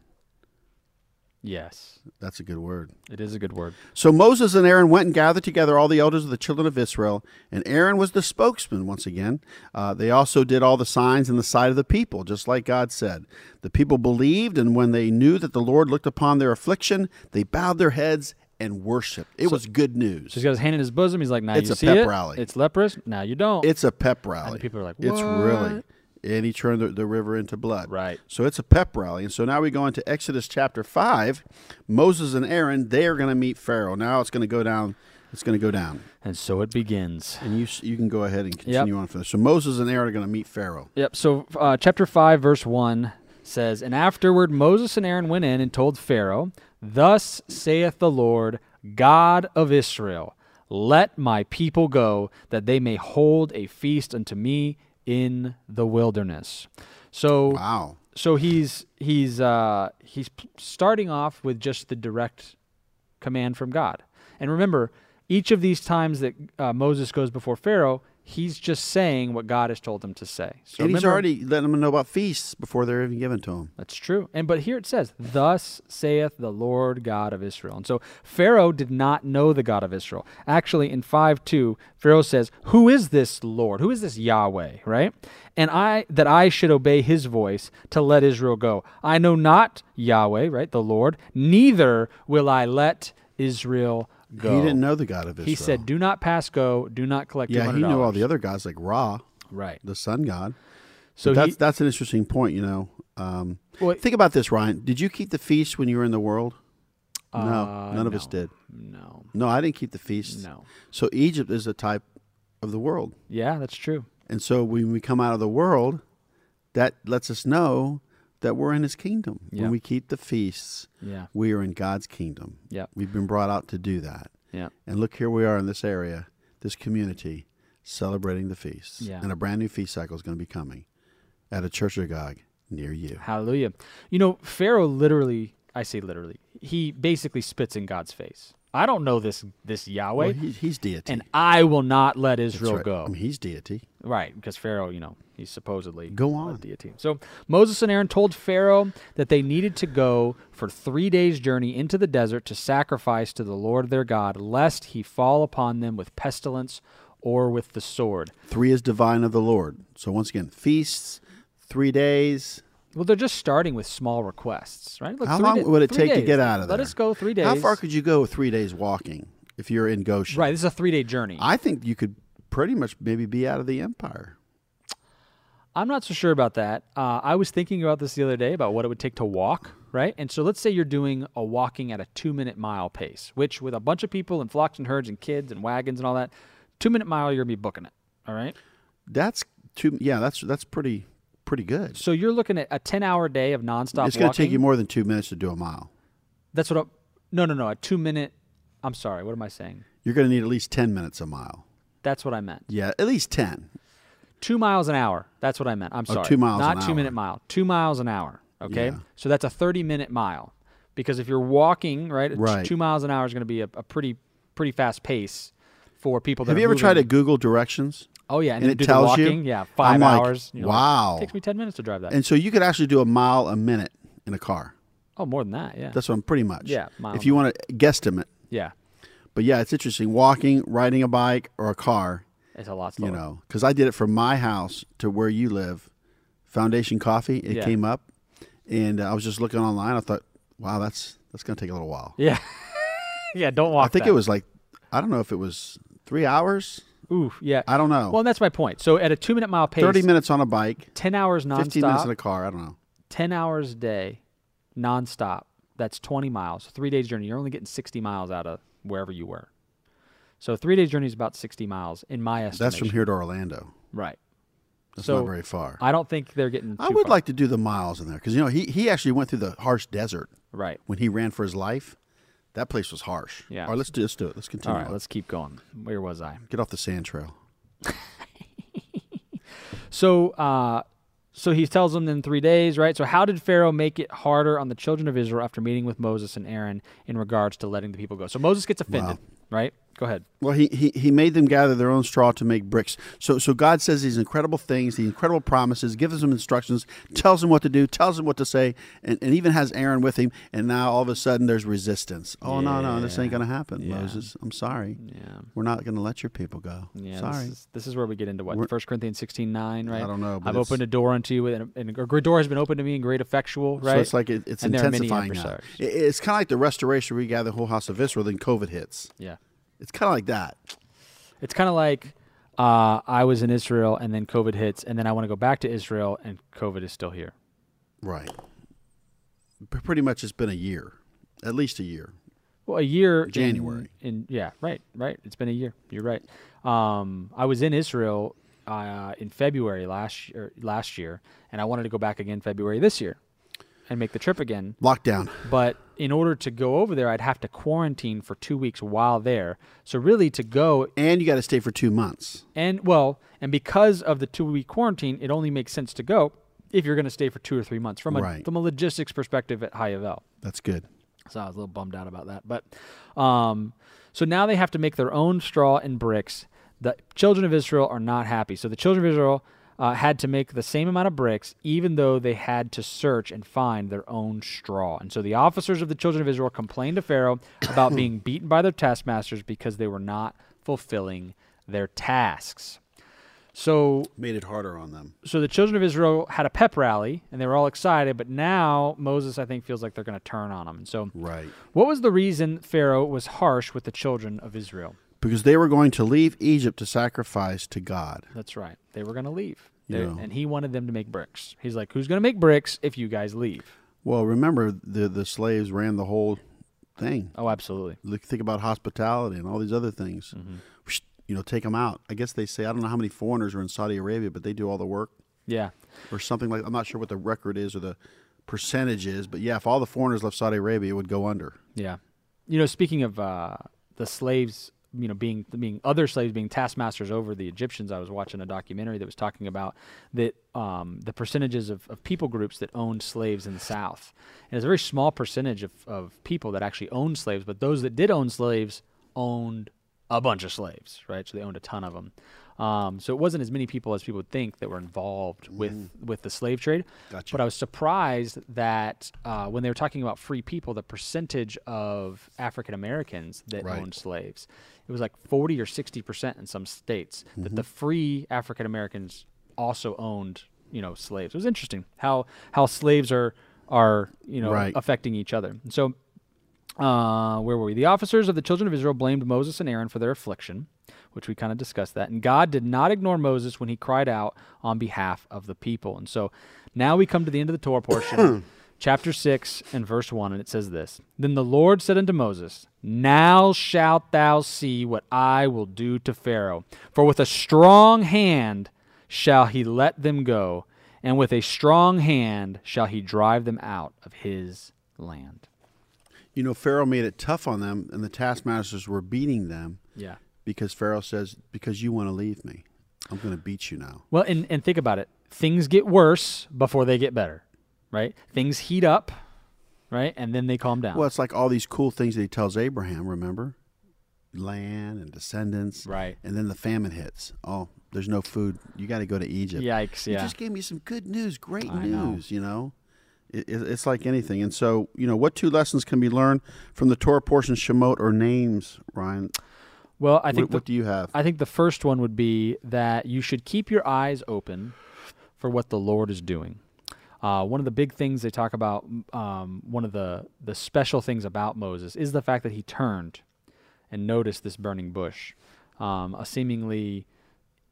Speaker 2: Yes.
Speaker 3: That's a good word.
Speaker 2: It is a good word.
Speaker 3: So Moses and Aaron went and gathered together all the elders of the children of Israel, and Aaron was the spokesman once again. Uh, they also did all the signs in the sight of the people, just like God said. The people believed, and when they knew that the Lord looked upon their affliction, they bowed their heads and worshiped. It was good news.
Speaker 2: So he's got his hand in his bosom. He's like, now
Speaker 3: It's
Speaker 2: you
Speaker 3: a
Speaker 2: see
Speaker 3: pep
Speaker 2: it.
Speaker 3: rally.
Speaker 2: It's leprous. Now you don't.
Speaker 3: It's a pep rally.
Speaker 2: people are like,
Speaker 3: it's really. And he turned the, the river into blood.
Speaker 2: Right.
Speaker 3: So it's a pep rally. And so now we go into Exodus chapter 5. Moses and Aaron, they are going to meet Pharaoh. Now it's going to go down. It's going to go down.
Speaker 2: and so it begins.
Speaker 3: And you s- you can go ahead and continue on from there. So Moses and Aaron are going to meet Pharaoh.
Speaker 2: Yep. So uh, chapter 5, verse 1 says, And afterward Moses and Aaron went in and told Pharaoh, Thus saith the Lord, God of Israel, let my people go, that they may hold a feast unto me in the wilderness. So
Speaker 3: Wow.
Speaker 2: so he's he's uh, he's p- starting off with just the direct command from God. And remember, each of these times that uh, Moses goes before Pharaoh, he's just saying what God has told him to say. So
Speaker 3: and he's
Speaker 2: remember-
Speaker 3: already letting them know about feasts before they're even given to him.
Speaker 2: that's true. And but here it says, "Thus saith the Lord God of Israel." And so Pharaoh did not know the God of Israel. Actually, in five two, Pharaoh says, "Who is this Lord? Who is this Yahweh?" Right? And I that I should obey His voice to let Israel go. I know not Yahweh, right? The Lord. Neither will I let Israel go.
Speaker 3: He didn't know the God of Israel.
Speaker 2: He said, "Do not pass go. Do not collect."
Speaker 3: "Yeah, he
Speaker 2: $200."
Speaker 3: knew all the other gods like Ra,
Speaker 2: Right.
Speaker 3: the sun god."
Speaker 2: So
Speaker 3: that's
Speaker 2: he,
Speaker 3: that's an interesting point. You know, um,
Speaker 2: Well-
Speaker 3: think about this, Ryan. Did you keep the feast when you were in the world? No,
Speaker 2: Uh,
Speaker 3: none of us
Speaker 2: no.
Speaker 3: did.
Speaker 2: no,
Speaker 3: No, I didn't keep the feast.
Speaker 2: no.
Speaker 3: So Egypt is a type of the world.
Speaker 2: Yeah, that's true.
Speaker 3: And so when we come out of the world, that lets us know that we're in his kingdom.
Speaker 2: Yeah.
Speaker 3: When we keep the feasts,
Speaker 2: Yeah,
Speaker 3: we are in God's kingdom.
Speaker 2: yeah,
Speaker 3: We've been brought out to do that.
Speaker 2: yeah.
Speaker 3: And look, here we are in this area, this community, celebrating the feasts.
Speaker 2: Yeah.
Speaker 3: And a brand new feast cycle is going to be coming at a church of God near you.
Speaker 2: Hallelujah. You know, Pharaoh literally, I say literally, he basically spits in God's face. I don't know this this Yahweh,
Speaker 3: Well, he, he's deity.
Speaker 2: and I will not let Israel
Speaker 3: That's
Speaker 2: go.
Speaker 3: right. I mean, he's deity.
Speaker 2: Right, because Pharaoh, you know, he's supposedly
Speaker 3: Go
Speaker 2: a
Speaker 3: on.
Speaker 2: deity. So Moses and Aaron told Pharaoh that they needed to go for three days' journey into the desert to sacrifice to the Lord their God, lest he fall upon them with pestilence or with the sword.
Speaker 3: Three is divine of the Lord. So once again, feasts, three days.
Speaker 2: Well, they're just starting with small requests, right? Look,
Speaker 3: How
Speaker 2: three
Speaker 3: long
Speaker 2: da-
Speaker 3: would it
Speaker 2: three
Speaker 3: take to
Speaker 2: days.
Speaker 3: get out of there?
Speaker 2: Let us go three days.
Speaker 3: How far could you go with three days walking if you're in Goshen?
Speaker 2: Right, this is a three day journey.
Speaker 3: I think you could pretty much maybe be out of the empire.
Speaker 2: I'm not so sure about that. Uh, I was thinking about this the other day about what it would take to walk, right? And so let's say you're doing a walking at a two minute mile pace, which with a bunch of people and flocks and herds and kids and wagons and all that, two minute mile, you're going to be booking it, all right?
Speaker 3: That's too. Yeah, that's that's pretty pretty good.
Speaker 2: So you're looking at a 10 hour day of nonstop
Speaker 3: it's going to
Speaker 2: walking.
Speaker 3: take you more than two minutes to do a mile.
Speaker 2: That's what. I, no, no, no. A two minute. I'm sorry. What am I saying?
Speaker 3: You're going to need at least 10 minutes a mile.
Speaker 2: That's what I meant.
Speaker 3: Yeah, at least 10.
Speaker 2: Two miles an hour. That's what I meant. I'm sorry.
Speaker 3: Oh, two miles
Speaker 2: Not
Speaker 3: an
Speaker 2: two
Speaker 3: hour.
Speaker 2: minute mile. Two miles an hour. Okay.
Speaker 3: Yeah.
Speaker 2: So that's a 30 minute mile. Because if you're walking, right, t-
Speaker 3: Right.
Speaker 2: two miles an hour is going to be a, a pretty, pretty fast pace for people. That
Speaker 3: Have
Speaker 2: are
Speaker 3: you ever
Speaker 2: moving.
Speaker 3: tried to Google directions?
Speaker 2: Oh yeah, and,
Speaker 3: and
Speaker 2: then
Speaker 3: it
Speaker 2: do the
Speaker 3: tells you?
Speaker 2: walking. Yeah,
Speaker 3: I'm
Speaker 2: 5
Speaker 3: like,
Speaker 2: hours. you know,
Speaker 3: wow.
Speaker 2: it takes me ten minutes to drive that.
Speaker 3: And so you could actually do a mile a minute in a car.
Speaker 2: oh, more than that. Yeah,
Speaker 3: That's what I'm pretty much.
Speaker 2: Yeah, mile
Speaker 3: if you want to guesstimate.
Speaker 2: yeah,
Speaker 3: But yeah, it's interesting. Walking, riding a bike, or a car,
Speaker 2: it's a lot slower.
Speaker 3: you know, because I did it from my house to where you live, Foundation Coffee. It
Speaker 2: Yeah.
Speaker 3: came up, and I was just looking online. I thought, wow, that's that's going to take a little while.
Speaker 2: Yeah, [LAUGHS] yeah. Don't walk.
Speaker 3: I think it was like, I don't know if it was three hours.
Speaker 2: Ooh, yeah.
Speaker 3: I don't know.
Speaker 2: Well, that's my point. So at a two minute mile pace,
Speaker 3: 30 minutes on a bike,
Speaker 2: 10 hours
Speaker 3: 15 minutes in
Speaker 2: nonstop,
Speaker 3: a car. I don't know.
Speaker 2: 10 hours a day, nonstop. That's 20 miles, three days journey. You're only getting 60 miles out of wherever you were. So three days journey is about 60 miles in my estimation.
Speaker 3: That's from here to Orlando.
Speaker 2: Right.
Speaker 3: That's
Speaker 2: So,
Speaker 3: not very far. I,
Speaker 2: I don't think they're getting. too
Speaker 3: would
Speaker 2: far.
Speaker 3: like to do the miles in there because, you know, he, he actually went through the harsh desert
Speaker 2: Right.
Speaker 3: when he ran for his life. That place was harsh.
Speaker 2: Yeah.
Speaker 3: All right, let's do, let's do it. Let's continue.
Speaker 2: All right.
Speaker 3: on.
Speaker 2: Let's keep going. Where was I?
Speaker 3: get off the sand trail.
Speaker 2: So, uh, so he tells them in three days, right? So, how did Pharaoh make it harder on the children of Israel after meeting with Moses and Aaron in regards to letting the people go? So Moses gets offended, right? Go ahead.
Speaker 3: Well, he, he, he made them gather their own straw to make bricks. So, so God says these incredible things, these incredible promises, gives them instructions, tells them what to do, tells them what to say, and, and even has Aaron with him. And now all of a sudden there's resistance. Oh, no, no, this ain't going to happen, Moses. I'm sorry.
Speaker 2: Yeah.
Speaker 3: We're not going to let your people go.
Speaker 2: Yeah,
Speaker 3: sorry.
Speaker 2: This is, this is where we get into what
Speaker 3: We're-
Speaker 2: First Corinthians sixteen nine, right?
Speaker 3: don't know, but
Speaker 2: I've
Speaker 3: it's-
Speaker 2: opened a door unto you, and, and a great door has been opened to me, and great effectual, right?
Speaker 3: So it's like it, it's
Speaker 2: And there are many
Speaker 3: intensifying now.
Speaker 2: adversaries.
Speaker 3: It- it's kind of like the restoration where you gather the whole house of Israel, then COVID hits.
Speaker 2: yeah,
Speaker 3: It's kind of like that.
Speaker 2: it's kind of like uh, I was in Israel, and then COVID hits, and then I want to go back to Israel, and COVID is still here.
Speaker 3: Right. P- pretty much it's been a year, at least a year.
Speaker 2: Well, a year in-
Speaker 3: January.
Speaker 2: In, yeah, right, right. It's been a year. You're right. Um, I was in Israel uh, in February last year, last year, and I wanted to go back again February this year, and make the trip again.
Speaker 3: Lockdown.
Speaker 2: But in order to go over there, I'd have to quarantine for two weeks while there. So really, to go
Speaker 3: And you got to stay for two months.
Speaker 2: and well, and because of the two-week quarantine, it only makes sense to go if you're going to stay for two or three months from a
Speaker 3: Right.
Speaker 2: from a logistics perspective at Hyavel.
Speaker 3: That's good.
Speaker 2: So I was a little bummed out about that. But um, so now they have to make their own straw and bricks. The children of Israel are not happy. So the children of Israel uh, had to make the same amount of bricks, even though they had to search and find their own straw. And so the officers of the children of Israel complained to Pharaoh [COUGHS] about being beaten by their taskmasters because they were not fulfilling their tasks. So
Speaker 3: Made it harder on them.
Speaker 2: so the children of Israel had a pep rally and they were all excited, but now Moses, I think, feels like they're going to turn on him. And so
Speaker 3: Right.
Speaker 2: what was the reason Pharaoh was harsh with the children of Israel?
Speaker 3: Because they were going to leave Egypt to sacrifice to God.
Speaker 2: That's right. They were going to leave. They-
Speaker 3: Yeah.
Speaker 2: And he wanted them to make bricks. He's like, who's going to make bricks if you guys leave?
Speaker 3: Well, remember the the slaves ran the whole thing.
Speaker 2: Oh, absolutely.
Speaker 3: Look, think about hospitality and all these other things. You know, take them out. I guess they say I don't know how many foreigners are in Saudi Arabia, but they do all the work
Speaker 2: Yeah.
Speaker 3: or something like. I'm not sure what the record is or the percentage is, but yeah, if all the foreigners left Saudi Arabia, it would go under.
Speaker 2: Yeah. You know, speaking of uh, the slaves, you know, being being other slaves being taskmasters over the Egyptians, I was watching a documentary that was talking about that um, the percentages of, of people groups that owned slaves in the South, and it's a very small percentage of, of people that actually owned slaves, but those that did own slaves owned a bunch of slaves, right? So they owned a ton of them. Um, so it wasn't as many people as people would think that were involved with with the slave trade.
Speaker 3: Mm. Gotcha.
Speaker 2: But I was surprised that uh, when they were talking about free people, the percentage of African Americans that
Speaker 3: Right.
Speaker 2: owned slaves, it was like forty or sixty percent in some states that
Speaker 3: Mm-hmm.
Speaker 2: the free African Americans also owned, you know, slaves. It was interesting how how slaves are are you know
Speaker 3: Right.
Speaker 2: affecting each other. And so uh, where were we? The officers of the children of Israel blamed Moses and Aaron for their affliction, which we kind of discussed that. And God did not ignore Moses when he cried out on behalf of the people. And so now we come to the end of the Torah portion, chapter 6 and verse 1, and it says this Then the Lord said unto Moses, Now shalt thou see what I will do to Pharaoh, for with a strong hand shall he let them go, and with a strong hand shall he drive them out of his land.
Speaker 3: You know, Pharaoh made it tough on them, and the taskmasters were beating them
Speaker 2: Yeah.
Speaker 3: because Pharaoh says, Because you want to leave me, I'm going to beat you now.
Speaker 2: Well, and, and think about it. Things get worse before they get better, right? Things heat up, right? And then they calm down.
Speaker 3: Well, it's like all these cool things that he tells Abraham, remember? Land and descendants.
Speaker 2: Right.
Speaker 3: And then the famine hits. Oh, there's no food. You got to go to Egypt.
Speaker 2: Yikes.
Speaker 3: You
Speaker 2: Yeah.
Speaker 3: just gave me some good news, great
Speaker 2: I know.
Speaker 3: news, you know? It, it, it's like anything. And so, you know, what two lessons can be learned from the Torah portion, Shemot, or names, Ryan?
Speaker 2: well, I think
Speaker 3: what,
Speaker 2: the,
Speaker 3: what do you have?
Speaker 2: I think the first one would be that you should keep your eyes open for what the Lord is doing. Uh, one of the big things they talk about, um, one of the, the special things about Moses is the fact that he turned and noticed this burning bush, um, a seemingly,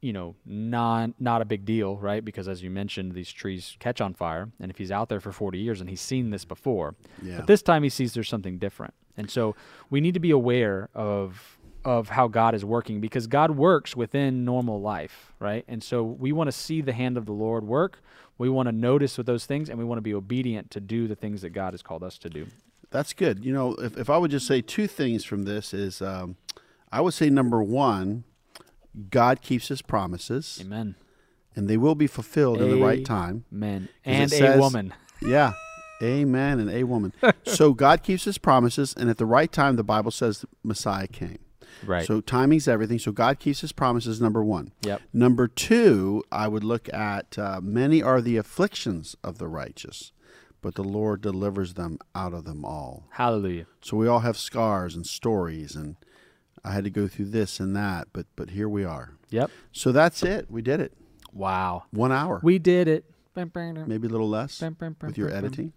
Speaker 2: you know, non not a big deal, right? Because as you mentioned, these trees catch on fire, and if he's out there for 40 years and he's seen this before,
Speaker 3: Yeah.
Speaker 2: but this time he sees there's something different, and so we need to be aware of of how God is working because God works within normal life, right? And so we want to see the hand of the Lord work. We want to notice with those things, and we want to be obedient to do the things that God has called us to do.
Speaker 3: That's good. You know, if, if I would just say two things from this is, um, I would say number one, God keeps His promises,
Speaker 2: Amen.
Speaker 3: and they will be fulfilled in the right time.
Speaker 2: Men
Speaker 3: 'Cause it
Speaker 2: and a
Speaker 3: says-
Speaker 2: woman.
Speaker 3: Yeah, amen and
Speaker 2: [LAUGHS]
Speaker 3: a woman. so God keeps His promises, and at the right time, the Bible says Messiah came.
Speaker 2: Right.
Speaker 3: So timing's everything. So God keeps His promises. Number one.
Speaker 2: Yep.
Speaker 3: Number two, I would look at uh, many are the afflictions of the righteous, but the Lord delivers them out of them all.
Speaker 2: Hallelujah.
Speaker 3: So we all have scars and stories, and I had to go through this and that, but but here we are.
Speaker 2: Yep.
Speaker 3: So that's it. We did it.
Speaker 2: Wow.
Speaker 3: One hour,
Speaker 2: We did it.
Speaker 3: maybe a little less with your editing.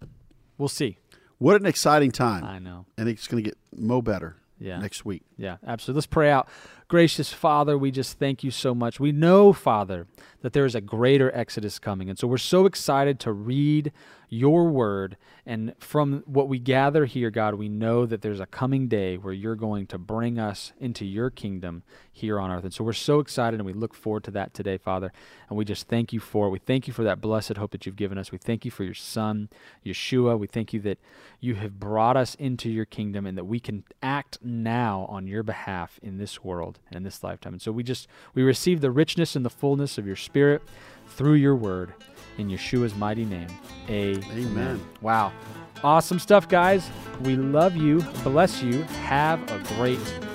Speaker 2: We'll see.
Speaker 3: What an exciting time!
Speaker 2: I know.
Speaker 3: And it's going to get mo better
Speaker 2: Yeah.
Speaker 3: next week.
Speaker 2: Yeah, absolutely. Let's pray out. Gracious Father, we just thank you so much. We know, Father, that there is a greater Exodus coming. And so we're so excited to read your word. And from what we gather here, God, we know that there's a coming day where you're going to bring us into your kingdom here on earth. And so we're so excited and we look forward to that today, Father. And we just thank you for it. We thank you for that blessed hope that you've given us. We thank you for your Son, Yeshua. We thank you that you have brought us into your kingdom and that we can act now on your behalf in this world and in this lifetime. And so we just we receive the richness and the fullness of your spirit through your word in Yeshua's mighty name. Amen.
Speaker 3: Amen.
Speaker 2: Wow. Awesome stuff, guys. We love you. Bless you. Have a great